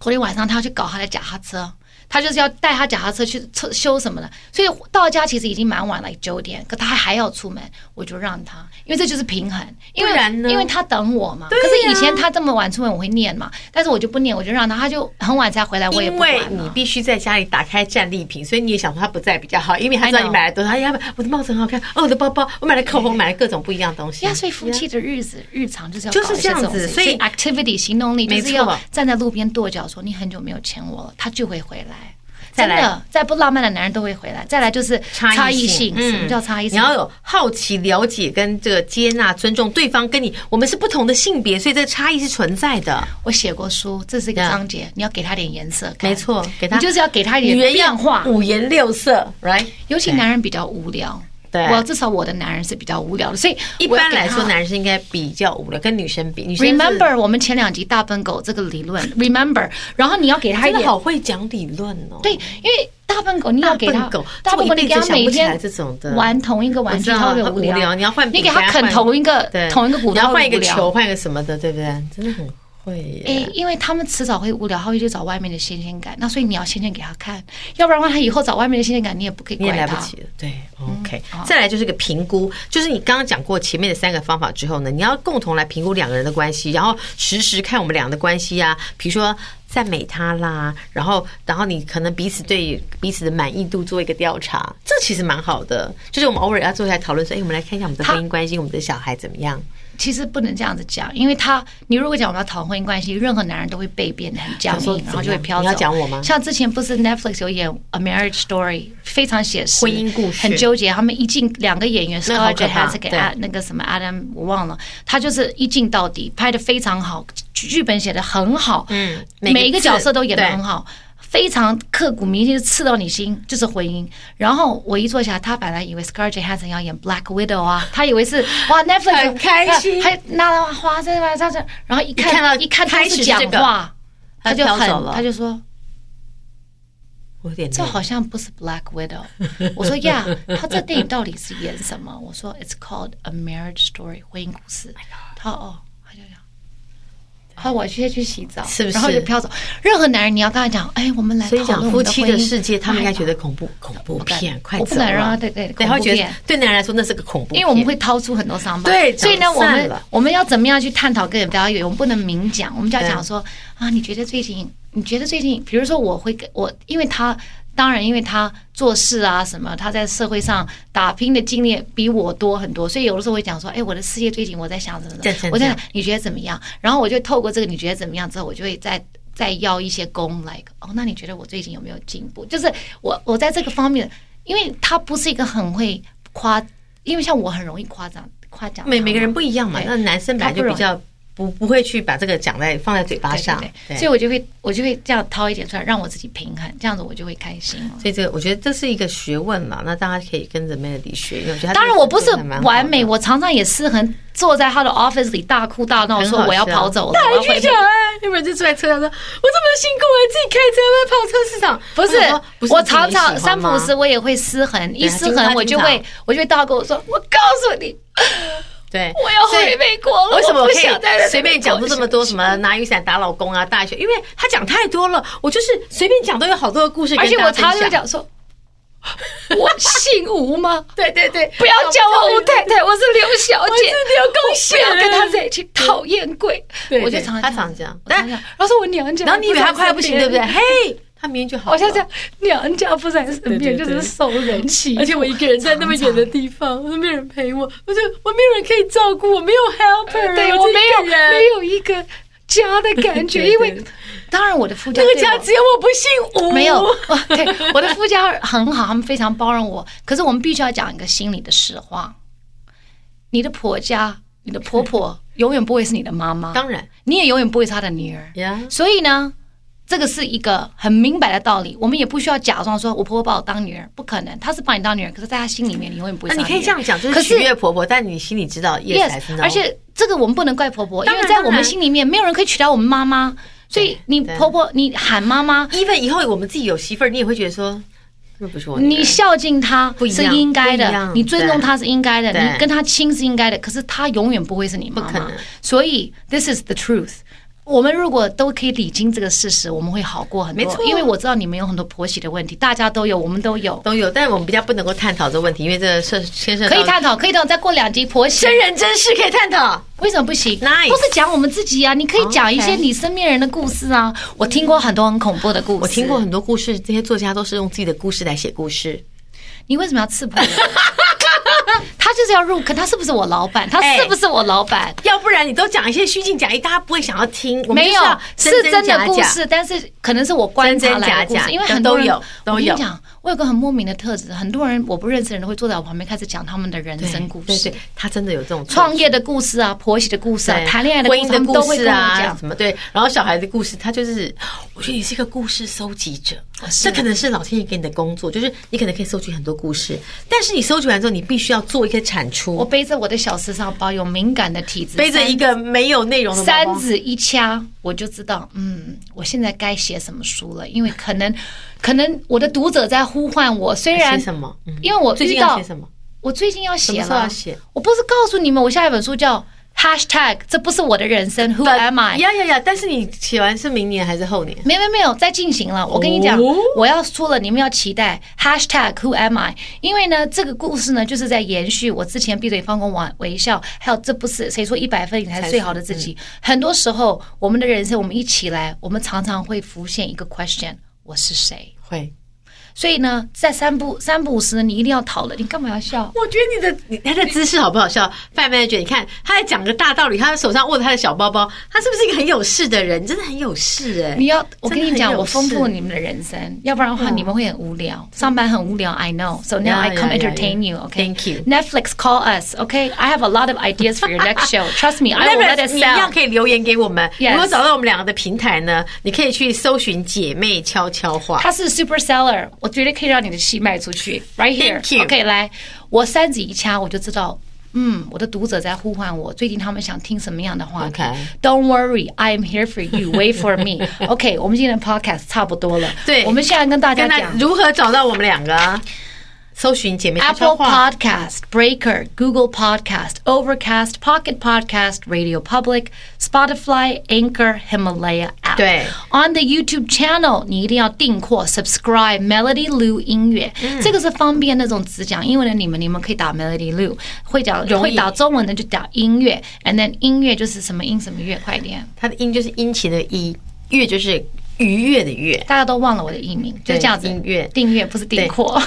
Speaker 2: 昨天晚上他要去搞他的脚踏车，他就是要带他脚踏车去测修什么的，所以到家其实已经蛮晚了，九点，可他还要出门，我就让他，因为这就是平衡，因为
Speaker 1: 不然呢
Speaker 2: 因为他等我嘛。可是以前他这么晚出门，我会念嘛，但是我就不念，我就让他，他就很晚才回来，我也
Speaker 1: 因
Speaker 2: 不管
Speaker 1: 为
Speaker 2: 了。
Speaker 1: 你必须在家里打开战利品，所以你也想说他不在比较好，因为他知道
Speaker 2: I know
Speaker 1: 你买了多少。哎呀，我的帽子很好看，哦，我的包包，我买了口红，买了各种不一样的东西。
Speaker 2: 呀，所以夫妻的日子、日常就是要
Speaker 1: 就是
Speaker 2: 搞一些
Speaker 1: 这样
Speaker 2: 种
Speaker 1: 子
Speaker 2: 事
Speaker 1: 所以
Speaker 2: activity 行动力
Speaker 1: 没
Speaker 2: 就是要
Speaker 1: 错
Speaker 2: 站在路边跺脚说你很久没有牵我了，他就会回来。
Speaker 1: 再
Speaker 2: 真
Speaker 1: 来
Speaker 2: 的，再不浪漫的男人都会回来。再来就是差异性，
Speaker 1: 嗯
Speaker 2: 什么叫差异性？
Speaker 1: 你要有好奇、了解跟这个接纳、尊重对方，跟你我们是不同的性别，所以这个差异是存在的。
Speaker 2: 我写过书，这是一个
Speaker 1: Yeah
Speaker 2: 章节，你要给他点颜色看。
Speaker 1: 没错，给他
Speaker 2: 你就是要给他一
Speaker 1: 语
Speaker 2: 点
Speaker 1: 言要嗯
Speaker 2: 变化。
Speaker 1: 五颜六色，right？
Speaker 2: 尤其男人比较无聊，
Speaker 1: 对
Speaker 2: 我至少我的男人是比较无聊的，所以
Speaker 1: 一
Speaker 2: 我要
Speaker 1: 般
Speaker 2: 给
Speaker 1: 来
Speaker 2: 他
Speaker 1: 说，男生应该比较无聊，跟女生比，女生是
Speaker 2: Remember，我们前两集大笨狗这个理论，Remember，然后你要给他
Speaker 1: 真
Speaker 2: 一
Speaker 1: 的
Speaker 2: 点
Speaker 1: 好会讲理论哦。
Speaker 2: 对，因为大笨狗你要给他
Speaker 1: 大笨狗
Speaker 2: 大笨
Speaker 1: 这
Speaker 2: 狗
Speaker 1: 我一辈子
Speaker 2: 你给他
Speaker 1: 想
Speaker 2: 每
Speaker 1: 不起来
Speaker 2: 天
Speaker 1: 这种的
Speaker 2: 玩同一个玩具，
Speaker 1: 我知
Speaker 2: 他
Speaker 1: 道啊
Speaker 2: 会
Speaker 1: 他
Speaker 2: 无
Speaker 1: 无聊你要换
Speaker 2: 你
Speaker 1: 笔
Speaker 2: 给
Speaker 1: 给
Speaker 2: 他
Speaker 1: 他
Speaker 2: 啃
Speaker 1: 换
Speaker 2: 同一个
Speaker 1: 对，
Speaker 2: 同一个骨头，
Speaker 1: 你要换一个
Speaker 2: 无聊
Speaker 1: 球，。换一个什么的，对不对？真的很会耶。
Speaker 2: 哎，因为他们迟早会无聊，他会去找外面的新鲜感。那所以你要新鲜给他看，要不然的话，他以后找外面的新鲜感，你也不可以
Speaker 1: 你也
Speaker 2: 怪
Speaker 1: 来不
Speaker 2: 他。
Speaker 1: 及了，对，OK
Speaker 2: 好。
Speaker 1: 再来就是个评估，就是你刚刚讲过前面的三个方法之后呢，你要共同来评估两个人的关系，然后实时看我们俩的关系啊，比如说赞美他啦，然后然后你可能彼此对彼此的满意度做一个调查，这其实蛮好的。就是我们偶尔要坐下来讨论说，哎，我们来看一下我们的婚姻关系，我们的小孩怎么样？
Speaker 2: 其实不能这样子讲，因为他，你如果讲我们要讨论婚姻关系，任何男人都会被变得很僵
Speaker 1: 想说
Speaker 2: 硬，然
Speaker 1: 怎
Speaker 2: 后
Speaker 1: 么
Speaker 2: 就会
Speaker 1: 样
Speaker 2: 飘走。
Speaker 1: 你要讲我吗
Speaker 2: 像之前不是 Netflix 有演《A Marriage Story》，非常写实，
Speaker 1: 婚姻故事
Speaker 2: 很纠结。他们一进两个演员
Speaker 1: 那好
Speaker 2: Scarlett
Speaker 1: 可怕
Speaker 2: Johansson 跟
Speaker 1: 对
Speaker 2: Ad- 那个什么 Adam 我忘了，他就是一镜到底，拍的非常好，剧剧本写的很好，
Speaker 1: 嗯每个
Speaker 2: 每一个角
Speaker 1: 字
Speaker 2: 色都演的
Speaker 1: 对
Speaker 2: 很好。非常刻骨铭心，就刺到你心，就是婚姻。然后我一坐下，他本来以为 Scarlett Johansson 要演 Black Widow 啊，他以为是哇 Netflix
Speaker 1: 很开心
Speaker 2: 还拿了花生嘛，这样子，然后一看
Speaker 1: 一看到
Speaker 2: 一看
Speaker 1: 开
Speaker 2: 都
Speaker 1: 始
Speaker 2: 是
Speaker 1: 是
Speaker 2: 讲
Speaker 1: 这个
Speaker 2: 话，他
Speaker 1: 他
Speaker 2: 就
Speaker 1: 飘
Speaker 2: 很
Speaker 1: 走了
Speaker 2: 他就说
Speaker 1: 我有点
Speaker 2: 这好像不是 Black Widow。我说呀， 他这电影到底是演什么？我说 It's called a marriage story，婚姻故事。
Speaker 1: Oh
Speaker 2: 他说哦，他就这样。好，我先去洗澡，
Speaker 1: 是不是
Speaker 2: 然后就飘走。任何男人，你要跟他讲，哎，我们来
Speaker 1: 所以
Speaker 2: 讨论
Speaker 1: 讲
Speaker 2: 我
Speaker 1: 夫
Speaker 2: 们的
Speaker 1: 妻
Speaker 2: 婚
Speaker 1: 的
Speaker 2: 姻
Speaker 1: 世界，他们应该
Speaker 2: 哎呀
Speaker 1: 觉得恐怖恐怖片，快
Speaker 2: 我
Speaker 1: 走
Speaker 2: 不敢
Speaker 1: 了
Speaker 2: 让他对对
Speaker 1: 对，他会觉得
Speaker 2: 恐怖片
Speaker 1: 对男人来说那是个恐怖片，
Speaker 2: 因为我们会掏出很多伤疤。
Speaker 1: 对
Speaker 2: 所以呢，
Speaker 1: 讲
Speaker 2: 我
Speaker 1: 散
Speaker 2: 们
Speaker 1: 了
Speaker 2: 我们要怎么样去探讨跟人表演？我们不能明讲，我们就要
Speaker 1: 对
Speaker 2: 讲说
Speaker 1: 嗯
Speaker 2: 啊，你觉得最近，你觉得最近，比如说我会跟我，因为他。当然，因为他做事啊什么，他在社会上打拼的经历比我多很多，所以有的时候会讲说：“哎，我的事业最近我在想什么
Speaker 1: 这样
Speaker 2: 什
Speaker 1: 这
Speaker 2: 么，
Speaker 1: 样
Speaker 2: 我在
Speaker 1: 这
Speaker 2: 想你觉得怎么样？”然后我就透过这个你觉得怎么样之后，我就会再再要一些功来。哦，那你觉得我最近有没有进步？就是我我在这个方面，因为他不是一个很会夸因为像我很容易夸张夸奖他嘛，
Speaker 1: 每每个人不一样嘛，
Speaker 2: 对
Speaker 1: 那男生本来就比较不不会去把这个讲在放在嘴巴
Speaker 2: 对
Speaker 1: 上
Speaker 2: 对，对，
Speaker 1: 对
Speaker 2: 所以我就会我就会这样掏一点出来，让我自己平衡，这样子我就会开心了。
Speaker 1: 所以这个我觉得这是一个学问啦，那大家可以跟着 Melody 学，因为我觉得她
Speaker 2: 当然，我不是
Speaker 1: 真的蛮好的
Speaker 2: 完美，我常常也是很坐在他的 office 里大哭大闹，
Speaker 1: 很好
Speaker 2: 说我要
Speaker 1: 笑
Speaker 2: 跑走了，
Speaker 1: 大
Speaker 2: 我要
Speaker 1: 家
Speaker 2: 回
Speaker 1: 去
Speaker 2: 去
Speaker 1: 讲。哎，有人就坐在车上说：“我这么辛苦，我还自己开车我还跑车市场。”
Speaker 2: 不
Speaker 1: 我说，不
Speaker 2: 是
Speaker 1: 是
Speaker 2: 我
Speaker 1: 你自己
Speaker 2: 常常
Speaker 1: 喜
Speaker 2: 三
Speaker 1: 欢
Speaker 2: 不
Speaker 1: 吗
Speaker 2: 五时我也会失衡，一
Speaker 1: 对啊他
Speaker 2: 失
Speaker 1: 经
Speaker 2: 衡
Speaker 1: 常
Speaker 2: 我就
Speaker 1: 经
Speaker 2: 会
Speaker 1: 常
Speaker 2: 我就会大跟我说，我告诉你，
Speaker 1: 对，
Speaker 2: 我要
Speaker 1: 所以
Speaker 2: 回美国了，
Speaker 1: 为什么
Speaker 2: 我
Speaker 1: 我
Speaker 2: 不
Speaker 1: 可
Speaker 2: 想在
Speaker 1: 以
Speaker 2: 这
Speaker 1: 随
Speaker 2: 边
Speaker 1: 便讲出这么多什么拿雨伞打老公啊、大学？因为他讲太多了，我就是随便讲都有好多的故事
Speaker 2: 而
Speaker 1: 跟
Speaker 2: 且
Speaker 1: 大
Speaker 2: 我
Speaker 1: 家
Speaker 2: 常常
Speaker 1: 分享。
Speaker 2: 就讲说，我姓吴吗？
Speaker 1: 对对对，
Speaker 2: 不要叫我吴太太，我是刘小姐，
Speaker 1: 我是刘公
Speaker 2: 不
Speaker 1: 贤
Speaker 2: 要跟她在一起，讨厌鬼。
Speaker 1: 对对
Speaker 2: 我就常常
Speaker 1: 他常这样
Speaker 2: 我常常这样然后说我娘家，
Speaker 1: 然后你以为他快要不行，对不对？
Speaker 2: 在身边？
Speaker 1: 嘿，他明天就好了。
Speaker 2: 我现在这样娘家不在身
Speaker 1: 对
Speaker 2: 边，
Speaker 1: 对
Speaker 2: 就
Speaker 1: 对
Speaker 2: 是受人欺负，
Speaker 1: 而且我一个人在那么远的地方，都没有人陪我，我就我没有人可以照顾，我没有 helper，
Speaker 2: 对
Speaker 1: 我
Speaker 2: 我没
Speaker 1: 自
Speaker 2: 有
Speaker 1: 己一个人
Speaker 2: 没有一个家的感觉，
Speaker 1: 对对
Speaker 2: 因为当然我的夫家
Speaker 1: 那个
Speaker 2: 对我
Speaker 1: 家只有我不姓吴，
Speaker 2: 没有，哦对，我的夫家很好，他们非常包容我。可是我们必须要讲一个心里的实话：你的婆家、你的婆婆永远不会是你的妈妈，
Speaker 1: 当然
Speaker 2: 你也永远不会是她的女儿。
Speaker 1: 呀，
Speaker 2: 所以呢，这个是一个很明白的道理，我们也不需要假装说我婆婆把我当女儿，不可能，她是把你当女儿，可是在她心里面，你永远不会
Speaker 1: 那
Speaker 2: 是她
Speaker 1: 你可
Speaker 2: 的女儿。
Speaker 1: 以这样讲，就
Speaker 2: 可
Speaker 1: 是
Speaker 2: 是
Speaker 1: 取悦婆婆，但你心里知道 yes 还是 no，
Speaker 2: 而且这个我们不能怪婆婆，因
Speaker 1: 当然
Speaker 2: 为在我
Speaker 1: 当
Speaker 2: 们
Speaker 1: 然
Speaker 2: 心里面，没有人可以取代我们妈妈，所以你
Speaker 1: 对
Speaker 2: 婆婆，你喊妈妈，
Speaker 1: even 以后我们自己有媳妇儿，你也会觉得说，那不是我女儿，
Speaker 2: 你孝敬他
Speaker 1: 不一
Speaker 2: 是
Speaker 1: 样
Speaker 2: 应该
Speaker 1: 不一
Speaker 2: 的，
Speaker 1: 样
Speaker 2: 你尊重他是应该的，
Speaker 1: 对
Speaker 2: 你跟他亲是应该的，可是他永远不会是你妈
Speaker 1: 不可
Speaker 2: 妈
Speaker 1: 能。
Speaker 2: 所以，this is the truth。我们如果都可以理清这个事实，我们会好过很
Speaker 1: 没
Speaker 2: 多。
Speaker 1: 错
Speaker 2: 因为我知道你们有很多婆媳的问题，大家都有，我们都有，
Speaker 1: 都有，但我们比较不能够探讨这个问题，因为这个涉牵涉
Speaker 2: 可
Speaker 1: 到
Speaker 2: 以探讨，可以等再过两集婆媳
Speaker 1: 真人真事可以探讨。
Speaker 2: 为什么不行？
Speaker 1: Nice 哦
Speaker 2: 不是讲我们自己啊，你可以讲一些
Speaker 1: OK
Speaker 2: 你身边人的故事啊。我听过很多很恐怖的故事，
Speaker 1: 我听过很多故事，这些作家都是用自己的故事来写故事。
Speaker 2: 你为什么要刺 破我？他就是要入坑，他是不是我老板？他
Speaker 1: 哎
Speaker 2: 是不是我老板？
Speaker 1: 要不然你都讲一些虚情假意，大家不会想要听。我们
Speaker 2: 没
Speaker 1: 就
Speaker 2: 有
Speaker 1: 要，
Speaker 2: 是
Speaker 1: 真
Speaker 2: 真的
Speaker 1: 假
Speaker 2: 故
Speaker 1: 假
Speaker 2: 事，但是可能是我观察来的故
Speaker 1: 真真假
Speaker 2: 事，
Speaker 1: 假
Speaker 2: 因为很多
Speaker 1: 都
Speaker 2: 人
Speaker 1: 有都有
Speaker 2: 我跟你讲，我有个很莫名的特质，很多人我不认识的人会坐在我旁边开始讲他们的人生故
Speaker 1: 对
Speaker 2: 事
Speaker 1: 对，对，他真的有这种
Speaker 2: 创业的故事啊，婆媳的故事啊，
Speaker 1: 对
Speaker 2: 谈恋爱的故
Speaker 1: 婚
Speaker 2: 事，
Speaker 1: 姻
Speaker 2: 他
Speaker 1: 的
Speaker 2: 们都
Speaker 1: 故
Speaker 2: 会
Speaker 1: 事
Speaker 2: 跟我
Speaker 1: 啊
Speaker 2: 讲，。
Speaker 1: 什么对，然后小孩的故事，他就是，我觉得你是一个故事搜集者，
Speaker 2: 啊是
Speaker 1: 这可能是老天爷给你的工作，就是你可能可以搜集很多故事，但是你搜集完之后，你必须要做一个产
Speaker 2: 我
Speaker 1: 出，
Speaker 2: 背着我的小时尚包，有敏感的体质，
Speaker 1: 背着一个没有内容的包
Speaker 2: 三
Speaker 1: 包
Speaker 2: 指一掐，我就知道，嗯，我现在该写什么书了，因为可能，可能我的读者在呼唤我。虽然
Speaker 1: 写什么？嗯
Speaker 2: 因为我
Speaker 1: 最近
Speaker 2: 遇
Speaker 1: 要
Speaker 2: 到
Speaker 1: 写什么？
Speaker 2: 我最近要
Speaker 1: 什
Speaker 2: 写
Speaker 1: 么时候
Speaker 2: 了，
Speaker 1: 要写
Speaker 2: 我不是告诉你们，我下一本书叫 Hashtag，这不是我的人生，Who
Speaker 1: 对
Speaker 2: am I？
Speaker 1: 呀呀呀！但是你写完是明年还是后年？
Speaker 2: 没有没有没有，在进行了。我跟你讲，
Speaker 1: 哦
Speaker 2: 我要出了，你们要期待 #hashtag Who am I？因为呢，这个故事呢，就是在延续我之前闭嘴放空玩微笑，还有这不是谁说一百分你才是最好的自己。很多时候，我们的人生，我们一起来，我们常常会浮现一个 question：我是谁？
Speaker 1: 会。
Speaker 2: 所以呢，在三不三不五时呢，你一定要讨论。你干嘛要笑？
Speaker 1: 我觉得你的你他的姿势好不好笑？范曼觉，你看他在讲个大道理，他手上握着他的小包包，他是不是一个很有事的人？你真的很有事哎、
Speaker 2: 你要，我跟
Speaker 1: 真的
Speaker 2: 你
Speaker 1: 很
Speaker 2: 讲，
Speaker 1: 有
Speaker 2: 我丰富
Speaker 1: 事嗯
Speaker 2: 了你们的人生，要不然的话你们会很无聊，上班很无聊。I know, so now
Speaker 1: Yeah,
Speaker 2: I come
Speaker 1: yeah, yeah,
Speaker 2: entertain
Speaker 1: yeah.
Speaker 2: you. Okay,
Speaker 1: Thank you.
Speaker 2: Netflix, call us. Okay, I have a lot of ideas for your next show. Trust me, I will let
Speaker 1: Never，
Speaker 2: it
Speaker 1: 你一样
Speaker 2: sell.
Speaker 1: 可以留言给我们。
Speaker 2: Yes
Speaker 1: 如果找到我们两个的平台呢，你可以去搜寻“姐妹悄悄话
Speaker 2: 他是 super seller，我绝对可以让你的戏卖出去。Right here.
Speaker 1: Thank you.
Speaker 2: OK，来，我三指一掐，我就知道。嗯，我的读者在呼唤我，最近他们想听什么样的话题
Speaker 1: OK
Speaker 2: Don't worry, I am here for you. Wait for me. OK，我们今天的 podcast 差不多了。
Speaker 1: 对
Speaker 2: 我们现在跟”。大家
Speaker 1: 跟他
Speaker 2: 讲，
Speaker 1: 如何找到我们两个啊？搜寻“姐妹悄悄
Speaker 2: Apple
Speaker 1: 话
Speaker 2: Podcast, Breaker, Google Podcast, Overcast, Pocket Podcast, Radio Public, Spotify, Anchor, Himalaya app.
Speaker 1: 对。
Speaker 2: On the YouTube channel，你一定要订货 subscribe Melody Lu 音乐，这个是方便那种只讲英文的你们，你们可以打 Melody Lu，会讲
Speaker 1: 容易
Speaker 2: 会打中文的就打音乐，and then 音乐就是什么音什么乐，快点，”，
Speaker 1: 它的音就是殷勤的“殷”，乐就是愉悦的“悦
Speaker 2: 大家都忘了我的艺名，就
Speaker 1: 对
Speaker 2: 这样子。
Speaker 1: 音乐
Speaker 2: 订阅不是订
Speaker 1: 对
Speaker 2: 货，”。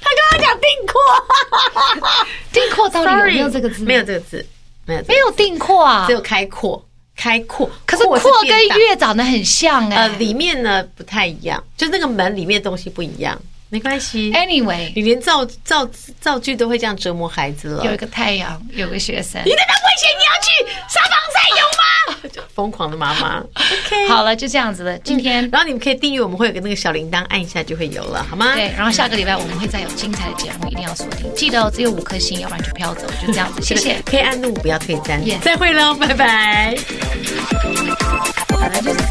Speaker 1: 他刚刚讲订 阔
Speaker 2: 订货到底有
Speaker 1: ，sorry，
Speaker 2: 没有这个字？
Speaker 1: 没有，这个字，没有这个字，
Speaker 2: 没有订货啊，
Speaker 1: 只有开阔，开阔。
Speaker 2: 可是
Speaker 1: 阔
Speaker 2: 阔跟
Speaker 1: 变大
Speaker 2: 月长得很像哎、
Speaker 1: 呃，里面呢不太一样，就那个门里面东西不一样，没关系。
Speaker 2: 哎 Anyway，
Speaker 1: 你连造造造句都会这样折磨孩子了，
Speaker 2: 有一个太阳，有个学生。
Speaker 1: 你那个危险，你要去沙防赛 有吗？就疯狂的妈妈。OK，。
Speaker 2: 好了，就这样子了。
Speaker 1: 嗯
Speaker 2: 今天、
Speaker 1: 然后你们可以订阅，我们会有个那个小铃铛，按一下就会有了，好吗？
Speaker 2: 对，然后下个礼拜我们会再有精彩的节目，一定要锁定。记得哦，只有五颗星，要不然就飘走。就这样子，谢
Speaker 1: 这个
Speaker 2: 谢。
Speaker 1: 可以按怒，不要退单
Speaker 2: Yeah。
Speaker 1: 再会喽，拜拜。
Speaker 2: 本来就是。